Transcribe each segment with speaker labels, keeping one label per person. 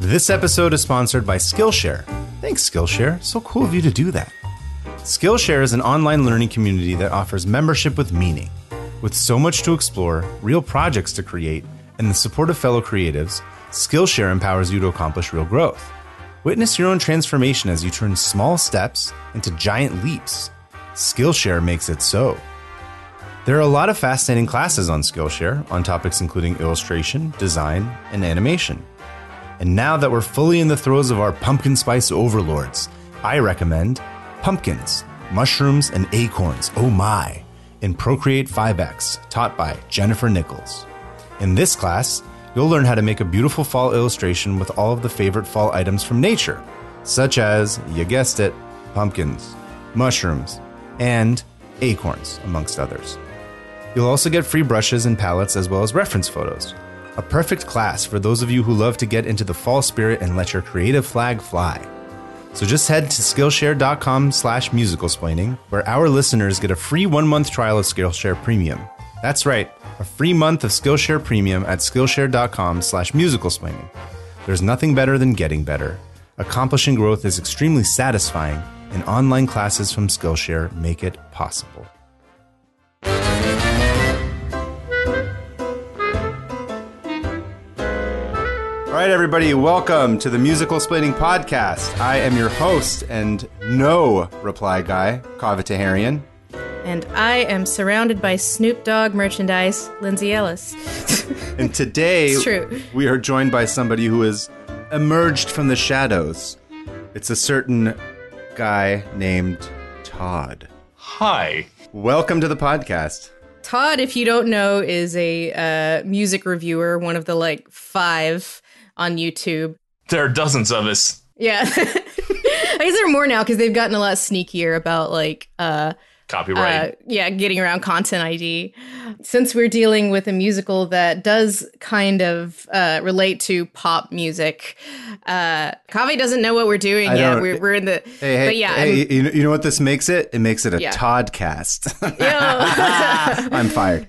Speaker 1: This episode is sponsored by Skillshare. Thanks, Skillshare. So cool of you to do that. Skillshare is an online learning community that offers membership with meaning. With so much to explore, real projects to create, and the support of fellow creatives, Skillshare empowers you to accomplish real growth. Witness your own transformation as you turn small steps into giant leaps. Skillshare makes it so. There are a lot of fascinating classes on Skillshare on topics including illustration, design, and animation. And now that we're fully in the throes of our pumpkin spice overlords, I recommend Pumpkins, Mushrooms, and Acorns, Oh My, in Procreate 5X, taught by Jennifer Nichols. In this class, you'll learn how to make a beautiful fall illustration with all of the favorite fall items from nature, such as, you guessed it, pumpkins, mushrooms, and acorns, amongst others. You'll also get free brushes and palettes as well as reference photos. A perfect class for those of you who love to get into the fall spirit and let your creative flag fly. So just head to Skillshare.com slash musicalsplaining, where our listeners get a free one-month trial of Skillshare Premium. That's right, a free month of Skillshare Premium at Skillshare.com slash musicalsplaining. There's nothing better than getting better. Accomplishing growth is extremely satisfying, and online classes from Skillshare make it possible. All right, everybody, welcome to the Musical Splaining Podcast. I am your host and no reply guy, Kava Taharian.
Speaker 2: And I am surrounded by Snoop Dogg merchandise, Lindsay Ellis.
Speaker 1: And today,
Speaker 2: It's true.
Speaker 1: we are joined by somebody who has emerged from the shadows. It's a certain guy named Todd.
Speaker 3: Hi.
Speaker 1: Welcome to the podcast.
Speaker 2: Todd, if you don't know, is a uh, music reviewer, one of the like five on YouTube.
Speaker 3: There are dozens of us.
Speaker 2: Yeah. I guess there are more now because they've gotten a lot sneakier about like, uh,
Speaker 3: Copyright.
Speaker 2: uh, yeah, getting around content ID. Since we're dealing with a musical that does kind of uh, relate to pop music, uh, Kaveh doesn't know what we're doing
Speaker 1: I
Speaker 2: yet.
Speaker 1: don't-
Speaker 2: We're, we're in the
Speaker 1: Hey, hey,
Speaker 2: but yeah, I'm-
Speaker 1: hey you, know, you know what this makes it? It makes it a
Speaker 2: Yeah.
Speaker 1: Toddcast.
Speaker 2: Yo.
Speaker 1: I'm fired.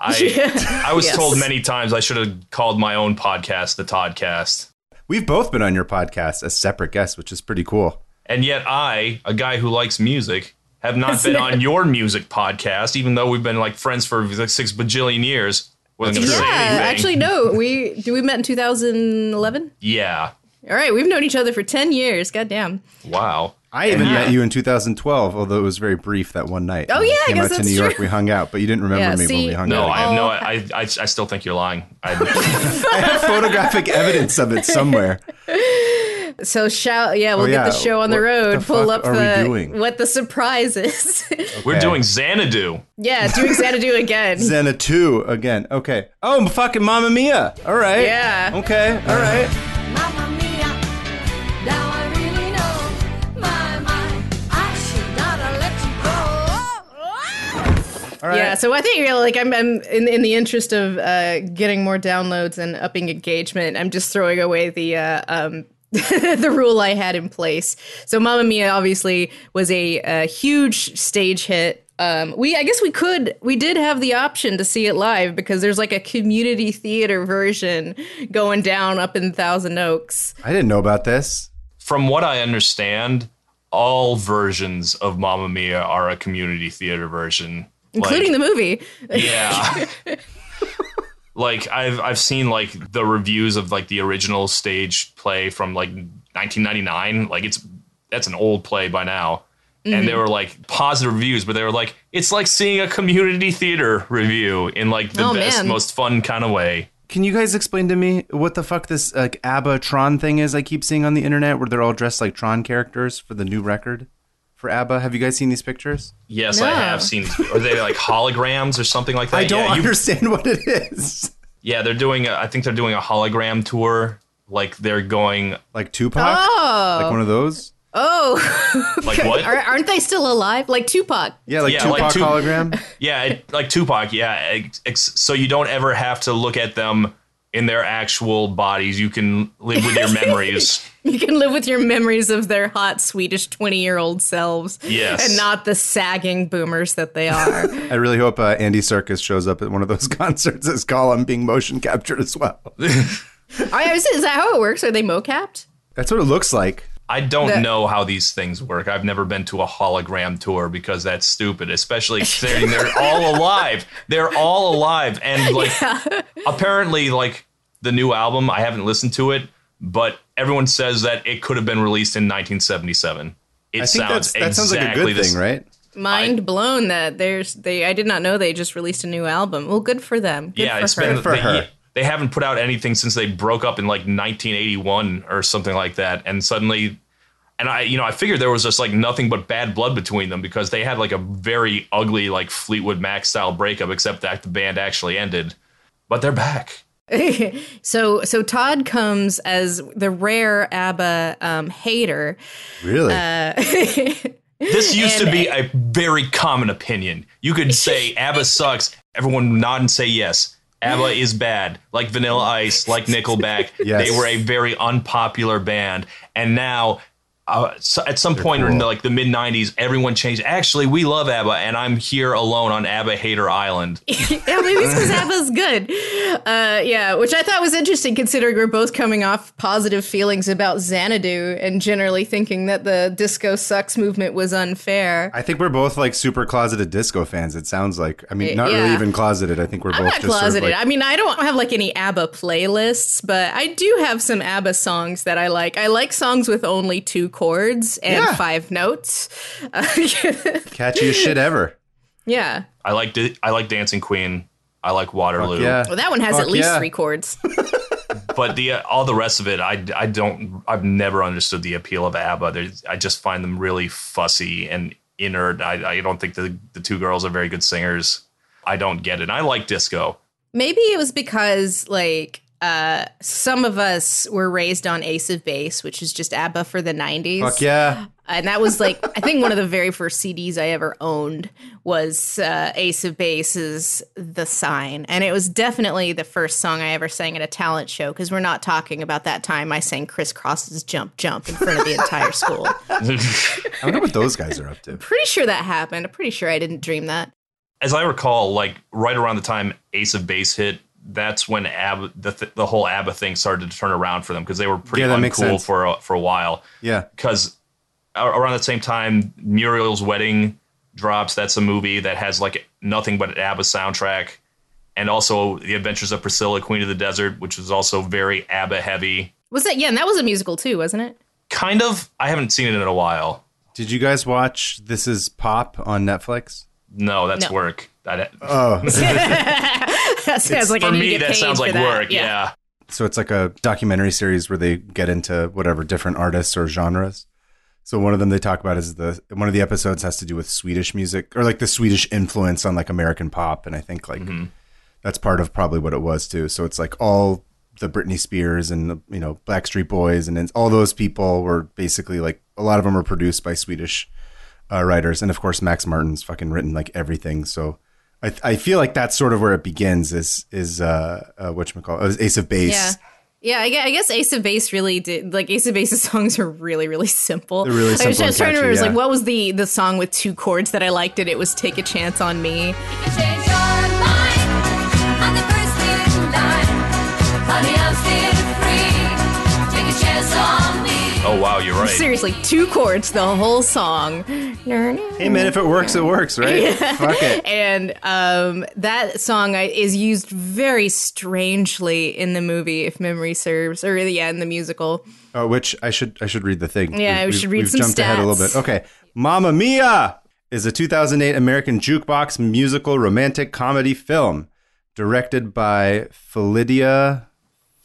Speaker 3: I, I was
Speaker 2: Yes.
Speaker 3: told many times I should have called my own podcast the Toddcast.
Speaker 1: We've both been on your podcast as separate guests, which is pretty cool.
Speaker 3: And yet I, a guy who likes music, have not been on your music podcast, even though we've been like friends for like six bajillion years. Wasn't gonna
Speaker 2: Yeah,
Speaker 3: say anything.
Speaker 2: actually, no. We do we met in 2011.
Speaker 3: Yeah.
Speaker 2: All right, we've known each other for 10 years. Goddamn.
Speaker 3: Wow.
Speaker 1: I even met you in 2012, although it was very brief that one night. Oh
Speaker 2: yeah, I
Speaker 1: came
Speaker 2: guess
Speaker 1: out to
Speaker 2: that's
Speaker 1: New York.
Speaker 2: true.
Speaker 1: We hung out, but you didn't remember
Speaker 2: Yeah,
Speaker 1: me when
Speaker 2: see,
Speaker 1: we hung
Speaker 3: No,
Speaker 1: out.
Speaker 2: Oh.
Speaker 3: I have no. I, I I still think you're lying. I,
Speaker 1: I have photographic evidence of it somewhere.
Speaker 2: So shout, yeah, we'll
Speaker 1: Oh, yeah,
Speaker 2: get the show on the
Speaker 1: what
Speaker 2: road.
Speaker 1: the
Speaker 2: pull
Speaker 1: fuck
Speaker 2: up
Speaker 1: are we
Speaker 2: the
Speaker 1: doing?
Speaker 2: what the surprise is.
Speaker 3: we're
Speaker 1: Okay.
Speaker 3: doing Xanadu.
Speaker 2: yeah, doing Xanadu again.
Speaker 1: Xena 2 again. Okay. Oh, fucking Mamma Mia. All right.
Speaker 2: Yeah.
Speaker 1: Okay. All right.
Speaker 4: Mamma mia, now I really know my mind. I should not have let you go.
Speaker 1: All right.
Speaker 2: Yeah, so I think you know, like I'm, I'm in in the interest of uh, getting more downloads and upping engagement. I'm just throwing away the uh, um, the rule I had in place. So Mamma Mia obviously was a, a huge stage hit. Um, we I guess we could we did have the option to see it live because there's like a community theater version going down up in Thousand Oaks.
Speaker 1: I didn't know about this.
Speaker 3: From what I understand, all versions of Mamma Mia are a community theater version,
Speaker 2: Including the movie.
Speaker 3: Yeah. like I've I've seen like the reviews of like the original stage play from like 1999. Like it's that's an old play by now. And
Speaker 2: Mm-hmm.
Speaker 3: they were like positive reviews, but they were like, it's like seeing a community theater review in like the
Speaker 2: Oh,
Speaker 3: best,
Speaker 2: man.
Speaker 3: most fun kind of way.
Speaker 1: Can you guys explain to me what the fuck this like ABBA Tron thing is I keep seeing on the internet where they're all dressed like Tron characters for the new record for ABBA? Have you guys seen these pictures?
Speaker 3: Yes, I have
Speaker 2: No.
Speaker 3: seen. Are they like holograms or something like that?
Speaker 1: I don't
Speaker 3: yeah, you-
Speaker 1: understand what it is.
Speaker 3: yeah, they're doing. A, I think they're doing a hologram tour. Like they're going.
Speaker 1: Like Tupac?
Speaker 2: Oh.
Speaker 1: Like one of those?
Speaker 2: Oh,
Speaker 3: Like what?
Speaker 2: Are, aren't they still alive? Like Tupac.
Speaker 1: Yeah, like
Speaker 3: Yeah,
Speaker 1: Tupac
Speaker 3: like Tu-
Speaker 1: hologram.
Speaker 3: Yeah, it, like Tupac. Yeah, ex- ex- so you don't ever have to look at them in their actual bodies. You can live with your memories.
Speaker 2: You can live with your memories of their hot Swedish 20 year old selves.
Speaker 3: Yes.
Speaker 2: And not the sagging boomers that they are.
Speaker 1: I really hope uh, Andy Circus shows up at one of those concerts as Gollum being motion captured as well.
Speaker 2: I was, is that how it works? Are they mocapped?
Speaker 1: That's what it looks like.
Speaker 3: I don't
Speaker 2: The-
Speaker 3: know how these things work. I've never been to a hologram tour because that's stupid, especially considering they're all alive. They're all alive. And like apparently like the new album, I haven't listened to it, but everyone says that it could have been released in 1977. It
Speaker 1: I think
Speaker 3: sounds
Speaker 1: that's, that sounds like a
Speaker 3: exactly
Speaker 1: good
Speaker 3: the
Speaker 1: thing,
Speaker 3: s-
Speaker 1: right?
Speaker 2: Mind blown that there's they. I did not know they just released a new album. Well, good for them. Good
Speaker 3: yeah,
Speaker 2: for
Speaker 3: it's
Speaker 2: her.
Speaker 3: been
Speaker 1: for
Speaker 3: they,
Speaker 1: her.
Speaker 3: they haven't put out anything since they broke up in like 1981 or something like that, and suddenly, and I, you know, I figured there was just like nothing but bad blood between them because they had like a very ugly like Fleetwood Mac style breakup, except that the band actually ended, but they're back.
Speaker 2: so so Todd comes as the rare ABBA um, hater.
Speaker 1: Really?
Speaker 2: Uh,
Speaker 3: This used to
Speaker 2: And-
Speaker 3: be a very common opinion. You could say ABBA sucks, everyone would nod and say yes. ABBA is bad, like Vanilla Ice, like Nickelback.
Speaker 1: Yes.
Speaker 3: They were a very unpopular band, and now. Uh, so at some point in
Speaker 1: cool.
Speaker 3: the, like the mid '90s, everyone changed. Actually, we love ABBA, and I'm here alone on ABBA Hater Island.
Speaker 2: yeah, maybe it's because ABBA's good. Uh, yeah, which I thought was interesting considering we're both coming off positive feelings about Xanadu and generally thinking that the disco sucks movement was unfair.
Speaker 1: I think we're both like super closeted disco fans. It sounds like. I mean,
Speaker 2: Y-
Speaker 1: not really
Speaker 2: Uh, yeah.
Speaker 1: even closeted. I think we're
Speaker 2: I'm
Speaker 1: both
Speaker 2: not
Speaker 1: just sort of,
Speaker 2: closeted.
Speaker 1: like-
Speaker 2: I mean, I don't have like any ABBA playlists, but I do have some ABBA songs that I like. I like songs with only two chords and
Speaker 1: Yeah.
Speaker 2: five notes. Uh,
Speaker 1: catchiest shit ever.
Speaker 2: yeah.
Speaker 3: I like di- I like Dancing Queen. I like Waterloo.
Speaker 1: Yeah.
Speaker 2: Well, that one has
Speaker 1: Fuck
Speaker 2: at least
Speaker 1: yeah.
Speaker 2: three chords.
Speaker 3: but the uh, all the rest of it, I, I don't I've never understood the appeal of ABBA. There's, I just find them really fussy and inert. I, I don't think the the two girls are very good singers. I don't get it. And I like disco.
Speaker 2: Maybe it was because like uh some of us were raised on Ace of Base, which is just ABBA for the 90s.
Speaker 1: Fuck yeah.
Speaker 2: And that was like I think one of the very first CDs I ever owned was uh, Ace of Base's The Sign. And it was definitely the first song I ever sang at a talent show cuz we're not talking about that time I sang Criss Cross's Jump Jump in front of the entire school.
Speaker 1: I wonder what those guys are up to.
Speaker 2: Pretty sure that happened. I'm pretty sure I didn't dream that.
Speaker 3: As I recall, like right around the time Ace of Base hit, that's when ABBA the, th- the whole ABBA thing started to turn around for them because they were pretty
Speaker 1: Yeah, that makes
Speaker 3: uncool
Speaker 1: sense.
Speaker 3: for a, for a while.
Speaker 1: Yeah.
Speaker 3: because around the same time Muriel's Wedding drops. That's a movie that has like nothing but an ABBA soundtrack, and also The Adventures of Priscilla, Queen of the Desert, which was also very ABBA heavy.
Speaker 2: Was that yeah, and that was a musical too, wasn't it?
Speaker 3: Kind of. I haven't seen it in a while.
Speaker 1: Did you guys watch This Is Pop on Netflix?
Speaker 3: No, that's
Speaker 2: No.
Speaker 3: work. That,
Speaker 1: Oh,
Speaker 2: that sounds like I
Speaker 3: for
Speaker 2: need to
Speaker 3: me,
Speaker 2: get
Speaker 3: that
Speaker 2: paid
Speaker 3: sounds
Speaker 2: for
Speaker 3: like
Speaker 2: that.
Speaker 3: work. Yeah.
Speaker 1: so it's like a documentary series where they get into whatever different artists or genres. So one of them they talk about is the one of the episodes has to do with Swedish music or like the Swedish influence on like American pop, and I think like that's part of probably what it was too. So it's like all the Britney Spears and the, you know Blackstreet Boys and, and all those people were basically like a lot of them were produced by Swedish uh, writers, and of course Max Martin's fucking written like everything. So I, I feel like that's sort of where it begins. Is is uh, uh what you call Ace of Base.
Speaker 2: Yeah. Yeah, I gue- I guess Ace of Base really did. Like Ace of Base's songs are really, really simple.
Speaker 1: They're really
Speaker 2: Like, I was
Speaker 1: simple
Speaker 2: just trying
Speaker 1: and
Speaker 2: to remember. it was
Speaker 1: catchy,
Speaker 2: Like,
Speaker 1: yeah.
Speaker 2: what was the the song with two chords that I liked? It it was "Take a Chance on Me."
Speaker 4: can change your mind. I'm the first in line. Honey, I'm still free. Take a chance on me.
Speaker 3: Oh wow, you're right.
Speaker 2: Seriously, two chords the whole song.
Speaker 1: Hey man, if it works, it works, right? Fuck it.
Speaker 2: And um, that song I, is used very strangely in the movie, if memory serves, or yeah, in the musical.
Speaker 1: Uh, which I should I should read the thing.
Speaker 2: Yeah, we
Speaker 1: we've,
Speaker 2: should read
Speaker 1: we've
Speaker 2: some
Speaker 1: jumped ahead a little bit.
Speaker 2: stats.
Speaker 1: Okay, Mamma Mia is a 2008 American jukebox musical romantic comedy film directed by Philidia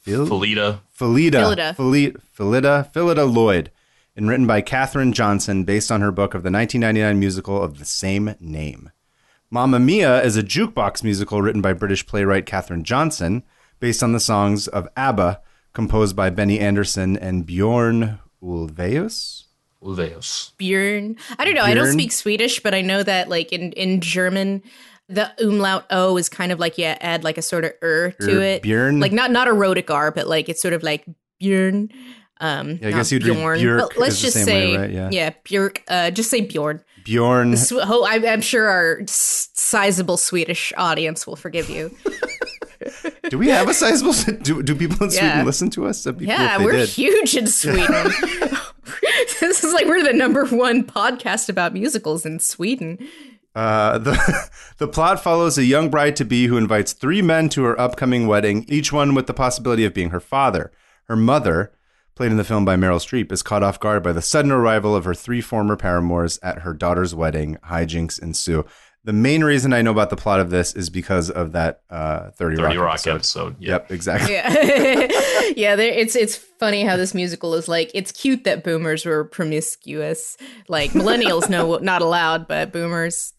Speaker 1: Phil-
Speaker 3: Felita.
Speaker 1: Philida
Speaker 2: Phillida.
Speaker 1: Phili- Philida Philida Lloyd and written by Katherine Johnson based on her book of the 1999 musical of the same name. Mamma Mia is a jukebox musical written by British playwright Katherine Johnson, based on the songs of ABBA, composed by Benny Anderson and Bjorn Ulvaeus.
Speaker 3: Leos.
Speaker 2: Bjorn. I don't know. I don't
Speaker 1: Björn?
Speaker 2: speak Swedish, but I know that like in in German, the umlaut o is kind of like yeah, add like a sort of er to
Speaker 1: Er,
Speaker 2: it.
Speaker 1: Björn?
Speaker 2: Like not not erotic r, but like it's sort of like Bjorn. Um,
Speaker 1: Yeah, I
Speaker 2: not
Speaker 1: guess you'd read
Speaker 2: Bjorn,
Speaker 1: Björk
Speaker 2: but let's
Speaker 1: is the
Speaker 2: just
Speaker 1: same way,
Speaker 2: say
Speaker 1: right? Yeah.
Speaker 2: Björk. Uh, just say Bjorn.
Speaker 1: Bjorn
Speaker 2: Sw- ho- I, I'm sure our s- sizable Swedish audience will forgive you.
Speaker 1: Do we have a sizable? Do, do people in Sweden
Speaker 2: Yeah.
Speaker 1: listen to us? That'd be cool if
Speaker 2: Yeah,
Speaker 1: they
Speaker 2: we're
Speaker 1: did.
Speaker 2: huge in Sweden. this is like we're the number one podcast about musicals in Sweden.
Speaker 1: Uh, the the plot follows a young bride to be who invites three men to her upcoming wedding, each one with the possibility of being her father. Her mother, played in the film by Meryl Streep, is caught off guard by the sudden arrival of her three former paramours at her daughter's wedding. Hijinks ensue. The main reason I know about the plot of this is because of that uh, Thirty,
Speaker 3: Dirty
Speaker 1: Rock,
Speaker 3: Rock
Speaker 1: episode.
Speaker 3: episode. Yeah.
Speaker 1: Yep, exactly.
Speaker 2: Yeah, yeah. There, it's it's funny how this musical is like. It's cute that boomers were promiscuous. Like millennials, no, not allowed, but boomers,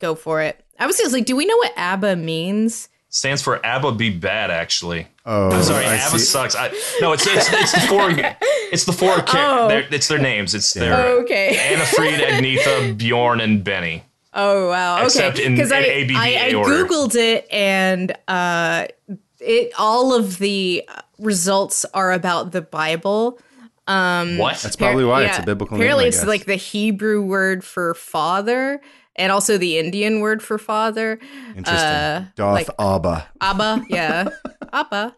Speaker 2: go for it. I was just like, do we know what ABBA means?
Speaker 3: Stands for ABBA be bad, actually.
Speaker 1: Oh,
Speaker 3: I'm sorry,
Speaker 1: I
Speaker 3: ABBA
Speaker 1: see.
Speaker 3: sucks. I, no, it's, it's it's the four it's the four kick.
Speaker 2: Oh.
Speaker 3: They're- It's their names. It's their
Speaker 2: Okay.
Speaker 3: Anna Fried, Agnetha, Bjorn, and Benny.
Speaker 2: Oh wow. Okay.
Speaker 3: Except in- in
Speaker 2: I,
Speaker 3: ABBA
Speaker 2: I, I
Speaker 3: order.
Speaker 2: googled it and uh, it all of the results are about the Bible.
Speaker 3: what?
Speaker 1: That's probably why it's
Speaker 2: Yeah.
Speaker 1: a biblical
Speaker 2: Apparently,
Speaker 1: name. I
Speaker 2: it's
Speaker 1: guess.
Speaker 2: like the Hebrew word for father, and also the Indian word for father.
Speaker 1: interesting.
Speaker 2: uh,
Speaker 1: Doth
Speaker 2: like-
Speaker 1: Abba.
Speaker 2: Abba, yeah, Abba.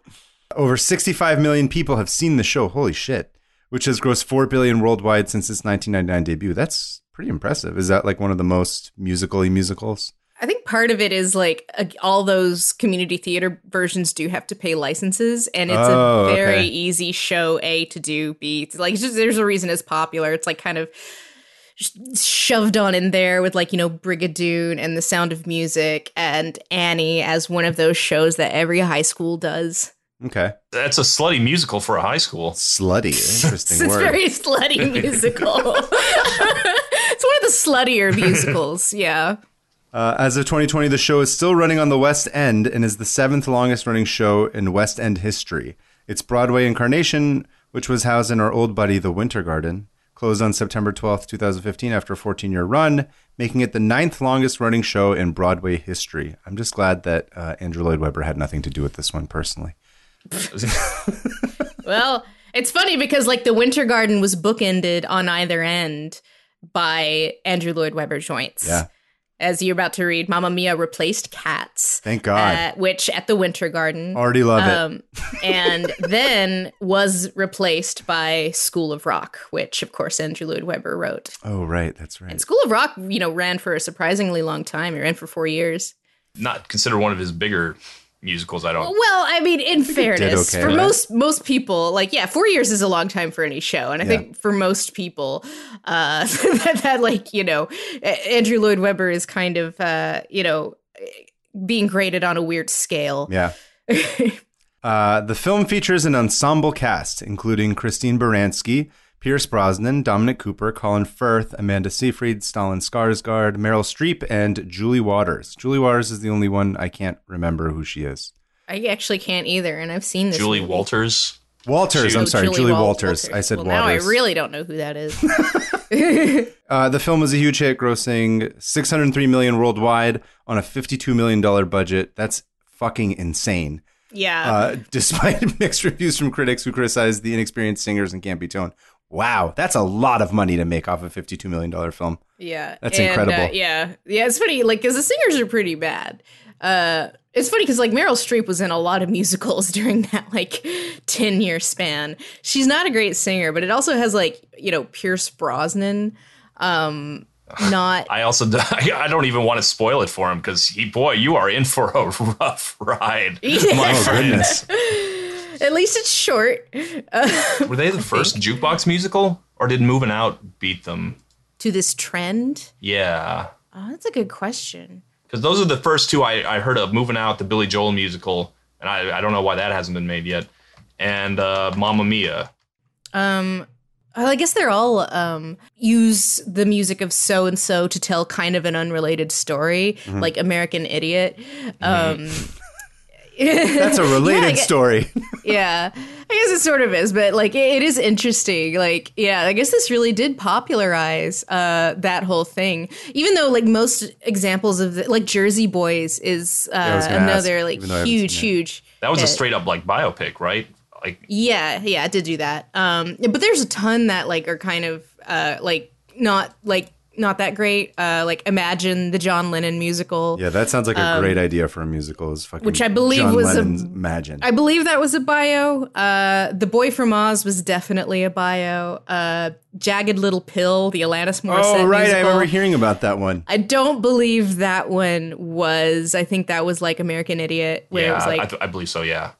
Speaker 1: Over 65 million people have seen the show. Holy shit. Which has grossed 4 billion worldwide since its 1999 debut. That's pretty impressive. Is that like one of the most musical musicals?
Speaker 2: I think part of it is like a, all those community theater versions do have to pay licenses, and it's
Speaker 1: Oh,
Speaker 2: a very
Speaker 1: okay.
Speaker 2: easy show A to do B. It's Like, it's just, there's a reason it's popular. It's like kind of sh- shoved on in there with like you know Brigadoon and The Sound of Music and Annie as one of those shows that every high school does.
Speaker 1: Okay.
Speaker 3: That's a slutty musical for a high school.
Speaker 1: Slutty. Interesting
Speaker 2: it's
Speaker 1: word.
Speaker 2: very slutty musical. it's one of the sluttier musicals. Yeah.
Speaker 1: Uh, as of 2020, the show is still running on the West End and is the seventh longest running show in West End history. Its Broadway incarnation, which was housed in our old buddy, The Winter Garden, closed on September 12th, 2015, after a 14 year run, making it the ninth longest running show in Broadway history. I'm just glad that uh, Andrew Lloyd Webber had nothing to do with this one personally.
Speaker 2: Well, it's funny because like the Winter Garden was bookended on either end by Andrew Lloyd Webber joints.
Speaker 1: Yeah.
Speaker 2: As you're about to read, Mamma Mia replaced Cats,
Speaker 1: Thank God.
Speaker 2: uh, which at the Winter Garden,
Speaker 1: Already love it.
Speaker 2: um, and then was replaced by School of Rock, which of course Andrew Lloyd Webber wrote.
Speaker 1: Oh, right. That's right.
Speaker 2: And School of Rock, you know, ran for a surprisingly long time. It ran for four years.
Speaker 3: Not considered one of his bigger musicals. I don't.
Speaker 2: Well, I mean, in fairness,
Speaker 1: okay
Speaker 2: for
Speaker 1: with
Speaker 2: most most people, like yeah, four years is a long time for any show, and I think for most people, uh, that, that like you know, A- Andrew Lloyd Webber is kind of uh, you know being graded on a weird scale.
Speaker 1: Yeah. uh, the film features an ensemble cast, including Christine Baranski, Pierce Brosnan, Dominic Cooper, Colin Firth, Amanda Seyfried, Stalin Skarsgård, Meryl Streep, and Julie Waters. Julie Waters is the only one I can't remember who she is.
Speaker 2: I actually can't either, and I've seen this.
Speaker 3: Julie
Speaker 2: movie.
Speaker 3: Walters.
Speaker 1: Walters, I'm
Speaker 2: Oh,
Speaker 1: sorry, Julie,
Speaker 2: Wal-
Speaker 1: Walters. I said
Speaker 2: well,
Speaker 1: Waters.
Speaker 2: Now I really don't know who that is.
Speaker 1: Uh, the film was a huge hit, grossing 603 million worldwide on a 52 million dollar budget. That's fucking insane.
Speaker 2: yeah,
Speaker 1: uh, despite mixed reviews from critics who criticized the inexperienced singers and campy tone. Wow, that's a lot of money to make off a $52 million film.
Speaker 2: Yeah,
Speaker 1: That's
Speaker 2: and, uh,
Speaker 1: incredible.
Speaker 2: yeah, yeah. It's funny, like, because the singers are pretty bad. Uh, it's funny because like Meryl Streep was in a lot of musicals during that like ten year span. She's not a great singer, but it also has like you know Pierce Brosnan, um, not.
Speaker 3: I also I don't even want to spoil it for him because he boy you are in for a rough ride. My
Speaker 1: Oh, goodness.
Speaker 2: At least it's short.
Speaker 3: Were they the first jukebox musical or did Moving Out beat them?
Speaker 2: To this trend,
Speaker 3: Yeah.
Speaker 2: oh, that's a good question.
Speaker 3: Because those are the first two I, I heard of Moving Out, the Billy Joel musical, and I, I don't know why that hasn't been made yet, and uh, Mamma Mia.
Speaker 2: Um, well, I guess they're all um, use the music of so and so to tell kind of an unrelated story,
Speaker 1: Mm-hmm.
Speaker 2: like American Idiot. Um,
Speaker 1: That's a
Speaker 2: Yeah, I
Speaker 1: related
Speaker 2: get-
Speaker 1: story.
Speaker 2: yeah, I guess it sort of is, but like it, it is interesting. Like, yeah, I guess this really did popularize uh, that whole thing. Even though, like, most examples of the, like Jersey Boys is uh,
Speaker 1: I was gonna
Speaker 2: another
Speaker 1: ask,
Speaker 2: like
Speaker 1: even though I haven't
Speaker 2: huge,
Speaker 1: seen it.
Speaker 2: huge.
Speaker 3: That was a
Speaker 2: hit.
Speaker 3: straight up like biopic, right? Like
Speaker 2: Yeah, yeah, it did do that. Um, but there's a ton that like are kind of uh like not like not that great. Uh, like Imagine the John Lennon musical.
Speaker 1: Yeah, that sounds like a great idea for a musical. Is fucking
Speaker 2: Um, which I believe
Speaker 1: John
Speaker 2: was a-
Speaker 1: Lennon's Imagine.
Speaker 2: I believe that was a bio. Uh, the Boy from Oz was definitely a bio. Uh, Jagged Little Pill, the Alanis Morissette
Speaker 1: oh right, I
Speaker 2: musical.
Speaker 1: remember hearing about that one.
Speaker 2: I don't believe that one was. I think that was like American Idiot, where
Speaker 3: yeah,
Speaker 2: it was like
Speaker 3: I, th- I believe so. Yeah,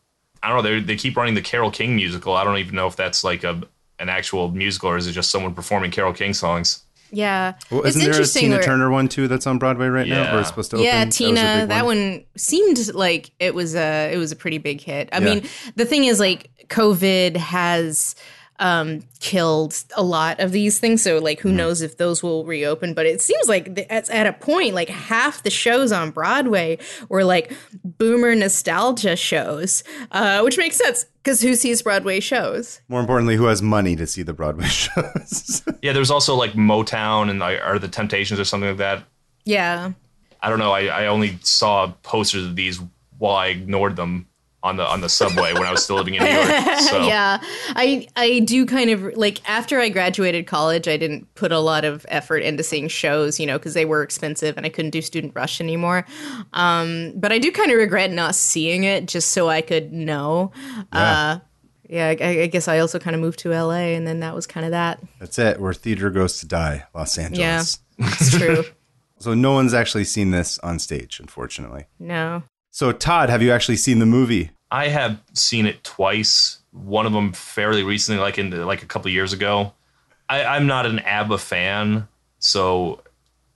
Speaker 3: I don't know. They they keep running the Carol King musical. I don't even know if that's like a an actual musical or is it just someone performing Carol King songs?
Speaker 2: Yeah,
Speaker 1: Well, isn't there a Tina
Speaker 2: where-
Speaker 1: Turner one too that's on Broadway right now, or is
Speaker 3: Yeah.
Speaker 1: supposed to open?
Speaker 2: Yeah,
Speaker 1: was a
Speaker 2: Tina, that,
Speaker 1: big
Speaker 2: one. seemed like it was a it was a pretty big hit. I
Speaker 1: Yeah.
Speaker 2: mean, the thing is, like, COVID has um killed a lot of these things, so like,
Speaker 1: Mm-hmm.
Speaker 2: who knows if those will reopen? But it seems like th- it's at a point, like half the shows on Broadway were like boomer nostalgia shows, uh, which makes sense because who sees Broadway shows?
Speaker 1: More importantly, who has money to see the Broadway shows?
Speaker 2: Uh,
Speaker 3: Yeah, there's also like Motown and like, or the Temptations or something like that.
Speaker 2: Yeah,
Speaker 3: I don't know. I, I only saw posters of these while I ignored them on the on the subway when I was still living in New York. So
Speaker 2: yeah i i do kind of like after i graduated college i didn't put a lot of effort into seeing shows you know because they were expensive and i couldn't do student rush anymore um but i do kind of regret not seeing it just so i could know uh yeah I, I guess i also kind of moved to la and then that was kind of that
Speaker 1: That's it. Where theater goes to die, Los Angeles.
Speaker 2: it's true
Speaker 1: So no one's actually seen this on stage, unfortunately.
Speaker 2: no
Speaker 1: So Todd, have you actually seen the movie?
Speaker 3: I have seen it twice. One of them fairly recently, like in the, like a couple years ago. I, I'm not an ABBA fan, so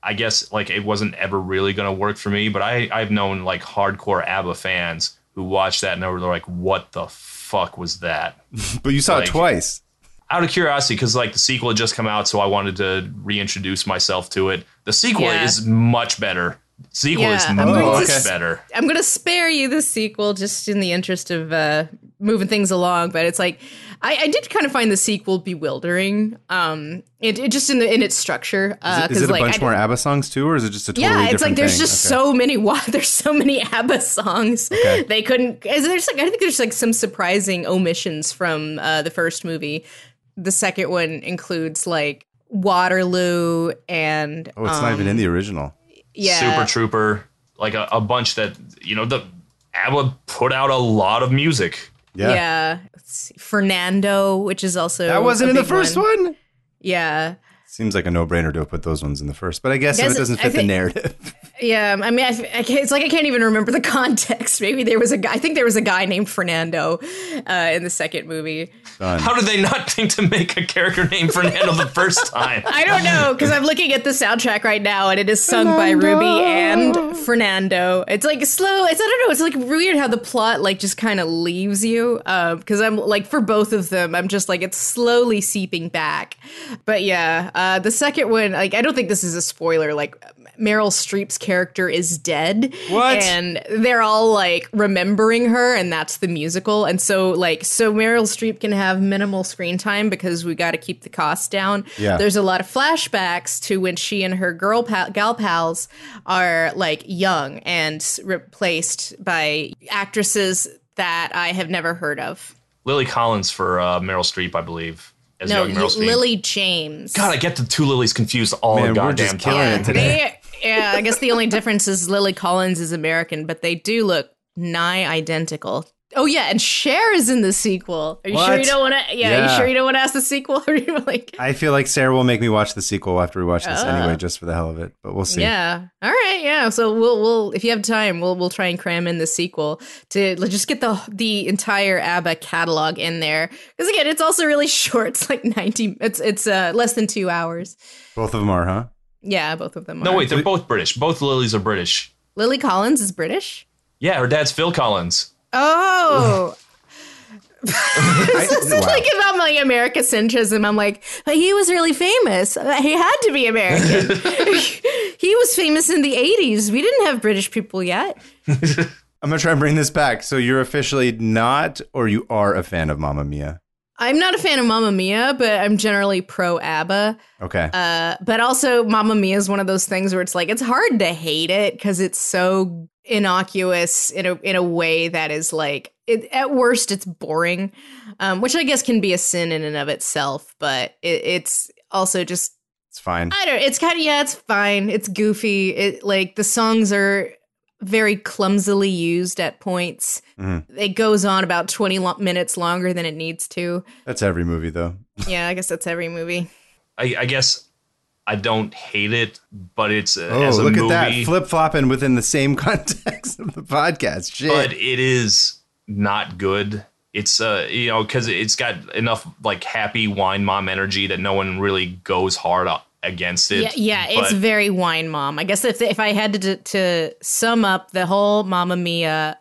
Speaker 3: I guess like it wasn't ever really going to work for me. But I I've known like hardcore ABBA fans who watched that and they were like, "What the fuck was that?"
Speaker 1: But you saw
Speaker 3: Like-
Speaker 1: it twice.
Speaker 3: out of curiosity, because like the sequel had just come out, so I wanted to reintroduce myself to it. The sequel
Speaker 2: Yeah.
Speaker 3: is much better. Sequel
Speaker 2: Yeah,
Speaker 3: is
Speaker 2: I'm
Speaker 1: gonna
Speaker 3: much
Speaker 1: just-
Speaker 3: better.
Speaker 2: I'm gonna spare you the sequel just in the interest of uh, moving things along. But it's like I, I did kind of find the sequel bewildering. Um, it, it just in the in its structure. Uh,
Speaker 1: Is
Speaker 2: 'cause,
Speaker 1: it a
Speaker 2: like,
Speaker 1: bunch
Speaker 2: I-
Speaker 1: more ABBA songs too, or is it just a totally
Speaker 2: yeah, it's
Speaker 1: different
Speaker 2: like there's
Speaker 1: thing?
Speaker 2: just
Speaker 1: Okay.
Speaker 2: so many wa- there's so many ABBA songs they couldn't. Is there's like I think there's like some surprising omissions from uh, the first movie. The second one includes like Waterloo and
Speaker 1: Oh, it's
Speaker 2: um,
Speaker 1: not even in the original.
Speaker 2: yeah,
Speaker 3: Super Trooper, like a, a bunch that you know the ABBA put out a lot of music.
Speaker 1: Yeah.
Speaker 2: Let's see. Fernando, which is also
Speaker 1: That wasn't
Speaker 2: a
Speaker 1: in the
Speaker 2: big
Speaker 1: first one.
Speaker 2: Yeah,
Speaker 1: Seems like a no-brainer to put those ones in the first, but I guess, if
Speaker 2: Guess
Speaker 1: it doesn't fit
Speaker 2: I
Speaker 1: the
Speaker 2: think-
Speaker 1: narrative,
Speaker 2: yeah. I mean, I, I can't, it's like I can't even remember the context. Maybe there was a guy. I think there was a guy named Fernando uh, in the second movie.
Speaker 1: done.
Speaker 3: How did they not think to make a character named Fernando the first time?
Speaker 2: I don't know because I'm looking at the soundtrack right now, and it is sung by Ruby and Fernando. It's like slow. It's I don't know. It's like weird how the plot like just kind of leaves you. Because I'm like for both of them, I'm just like it's slowly seeping back. But yeah, uh, the second one, like I don't think this is a spoiler. Like Meryl Streep's character is dead.
Speaker 1: What?
Speaker 2: And they're all like remembering her, and that's the musical. And so like so Meryl Streep can have minimal screen time because we got to keep the cost down.
Speaker 1: Yeah.
Speaker 2: There's a lot of flashbacks to when she and her girl pal- gal pals are like young and s- replaced by actresses that I have never heard of.
Speaker 3: Lily Collins for uh, Meryl Streep, I believe, as
Speaker 2: No,
Speaker 3: young Meryl
Speaker 2: Li-
Speaker 3: Streep.
Speaker 2: Lily James.
Speaker 3: God, I get the two Lilies confused all
Speaker 1: Man,
Speaker 3: the
Speaker 1: we're
Speaker 3: goddamn
Speaker 1: just killing
Speaker 3: time.
Speaker 1: it today.
Speaker 2: They- yeah, I guess the only difference is Lily Collins is American, but they do look nigh identical. Oh yeah, and Cher is in the sequel. Are you sure
Speaker 1: What?
Speaker 2: you don't want to? Yeah,
Speaker 1: Yeah.
Speaker 2: you sure you don't want to ask the sequel? Are you like?
Speaker 1: I feel like Sarah will make me watch the sequel after we watch this anyway, just for the hell of it. But we'll see.
Speaker 2: Uh. Yeah. All right. Yeah. So we'll we'll if you have time, we'll we'll try and cram in the sequel to let's just get the the entire ABBA catalog in there because again, it's also really short. It's like ninety. It's it's uh, less than two hours.
Speaker 1: Both of them are, huh?
Speaker 2: Yeah, both of them.
Speaker 3: No,
Speaker 2: are.
Speaker 3: wait, they're both British. Both Lilies are British.
Speaker 2: Lily Collins is British.
Speaker 3: Yeah, her dad's Phil Collins.
Speaker 2: Oh. this is
Speaker 1: Wow.
Speaker 2: like about my America centrism. I'm like, but he was really famous. Uh, He had to be American. he was famous in the 80s. We didn't have British people yet.
Speaker 1: I'm gonna try and bring this back. So you're officially not, or you are a fan of Mamma Mia.
Speaker 2: I'm not a fan of Mamma Mia, but I'm generally pro ABBA.
Speaker 1: Okay.
Speaker 2: Uh, but also, Mamma Mia is one of those things where it's like it's hard to hate it because it's so innocuous in a in a way that is like it, at worst it's boring, um, which I guess can be a sin in and of itself. But it, it's also just
Speaker 1: it's It's fine.
Speaker 2: I don't. It's kind of yeah. It's fine. It's goofy. It like the songs are very clumsily used at points.
Speaker 1: Mhm.
Speaker 3: Mm-hmm.
Speaker 2: It goes on about twenty lo- minutes longer than it needs to.
Speaker 1: That's every movie though.
Speaker 2: Yeah, I guess that's every movie.
Speaker 3: I, I guess I don't hate it, but it's uh,
Speaker 1: Oh,
Speaker 3: as a
Speaker 1: look
Speaker 3: movie,
Speaker 1: at that flip flopping within the same context of the podcast. Shit.
Speaker 3: but it is not good. It's uh you know because it's got enough like happy wine mom energy that no one really goes hard a- against it.
Speaker 2: yeah, yeah. It's
Speaker 3: but-
Speaker 2: very wine mom. I guess if if I had to to sum up the whole Mamma Mia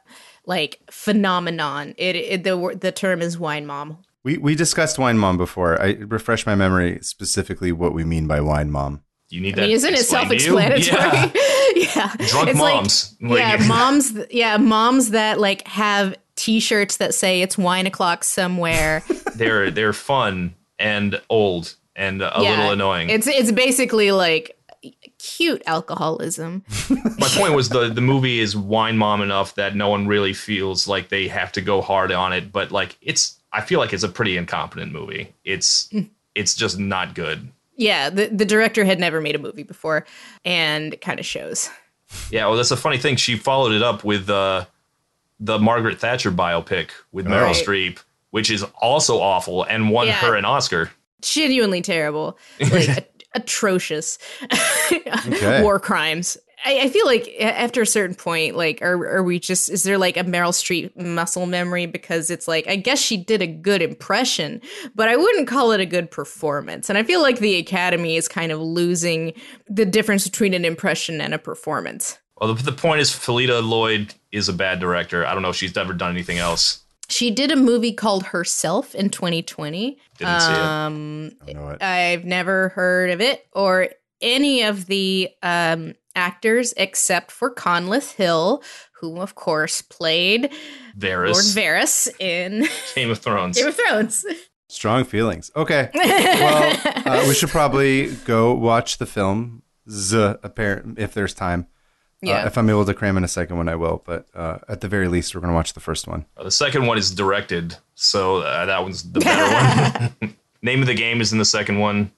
Speaker 2: like phenomenon, it, it the wor- the term is wine mom.
Speaker 1: we we discussed wine mom before. I refresh my memory specifically what we mean by wine mom.
Speaker 3: you need
Speaker 2: I
Speaker 3: that.
Speaker 2: mean, isn't it
Speaker 3: explained to you?
Speaker 2: self-explanatory?
Speaker 3: Yeah.
Speaker 2: yeah.
Speaker 3: Drunk
Speaker 2: It's like-
Speaker 3: moms. Like-
Speaker 2: yeah, moms. th- Yeah, moms that like have T-shirts that say it's wine o'clock somewhere.
Speaker 3: they're they're fun and old and a
Speaker 2: Yeah.
Speaker 3: little annoying.
Speaker 2: It's it's basically like cute alcoholism.
Speaker 3: My point was the the movie is wine mom enough that no one really feels like they have to go hard on it, but like it's I feel like it's a pretty incompetent movie. It's
Speaker 2: Mm.
Speaker 3: it's just not good.
Speaker 2: Yeah, the the director had never made a movie before, and it kind of shows.
Speaker 3: Yeah, well that's a funny thing. She followed it up with uh the Margaret Thatcher biopic with Meryl
Speaker 2: Right.
Speaker 3: Streep, which is also awful and won
Speaker 2: Yeah.
Speaker 3: her an Oscar.
Speaker 2: Genuinely terrible, like at- atrocious war crimes. I, I feel like a- after a certain point, like, are are we just? Is there like a Meryl Streep muscle memory? Because it's like, I guess she did a good impression, but I wouldn't call it a good performance. And I feel like the Academy is kind of losing the difference between an impression and a performance.
Speaker 3: Well, the, the point is, Felita Lloyd is a bad director. I don't know if she's ever done anything else.
Speaker 2: She did a movie called Herself in 2020.
Speaker 3: Didn't see it.
Speaker 2: Um,
Speaker 1: I don't know it.
Speaker 2: I've never heard of it or any of the um, actors except for Conleth Hill, who of course played
Speaker 3: Varys,
Speaker 2: Lord Varys in
Speaker 3: Game of Thrones.
Speaker 2: Game of Thrones.
Speaker 1: Strong feelings. Okay. Well, uh, we should probably go watch the film. Z, apparent if there's time. Uh,
Speaker 2: Yeah.
Speaker 1: if I'm able to cram in a second one, I will. But uh, at the very least, we're going to watch the first one.
Speaker 3: Uh, The second one is directed, so uh, that one's the better one. Name of the game is in the second one,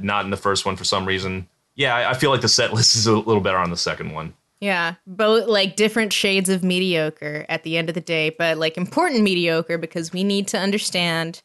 Speaker 3: not in the first one for some reason. Yeah, I, I feel like the set list is a little better on the second one.
Speaker 2: yeah, both like different shades of mediocre at the end of the day, but like important mediocre because we need to understand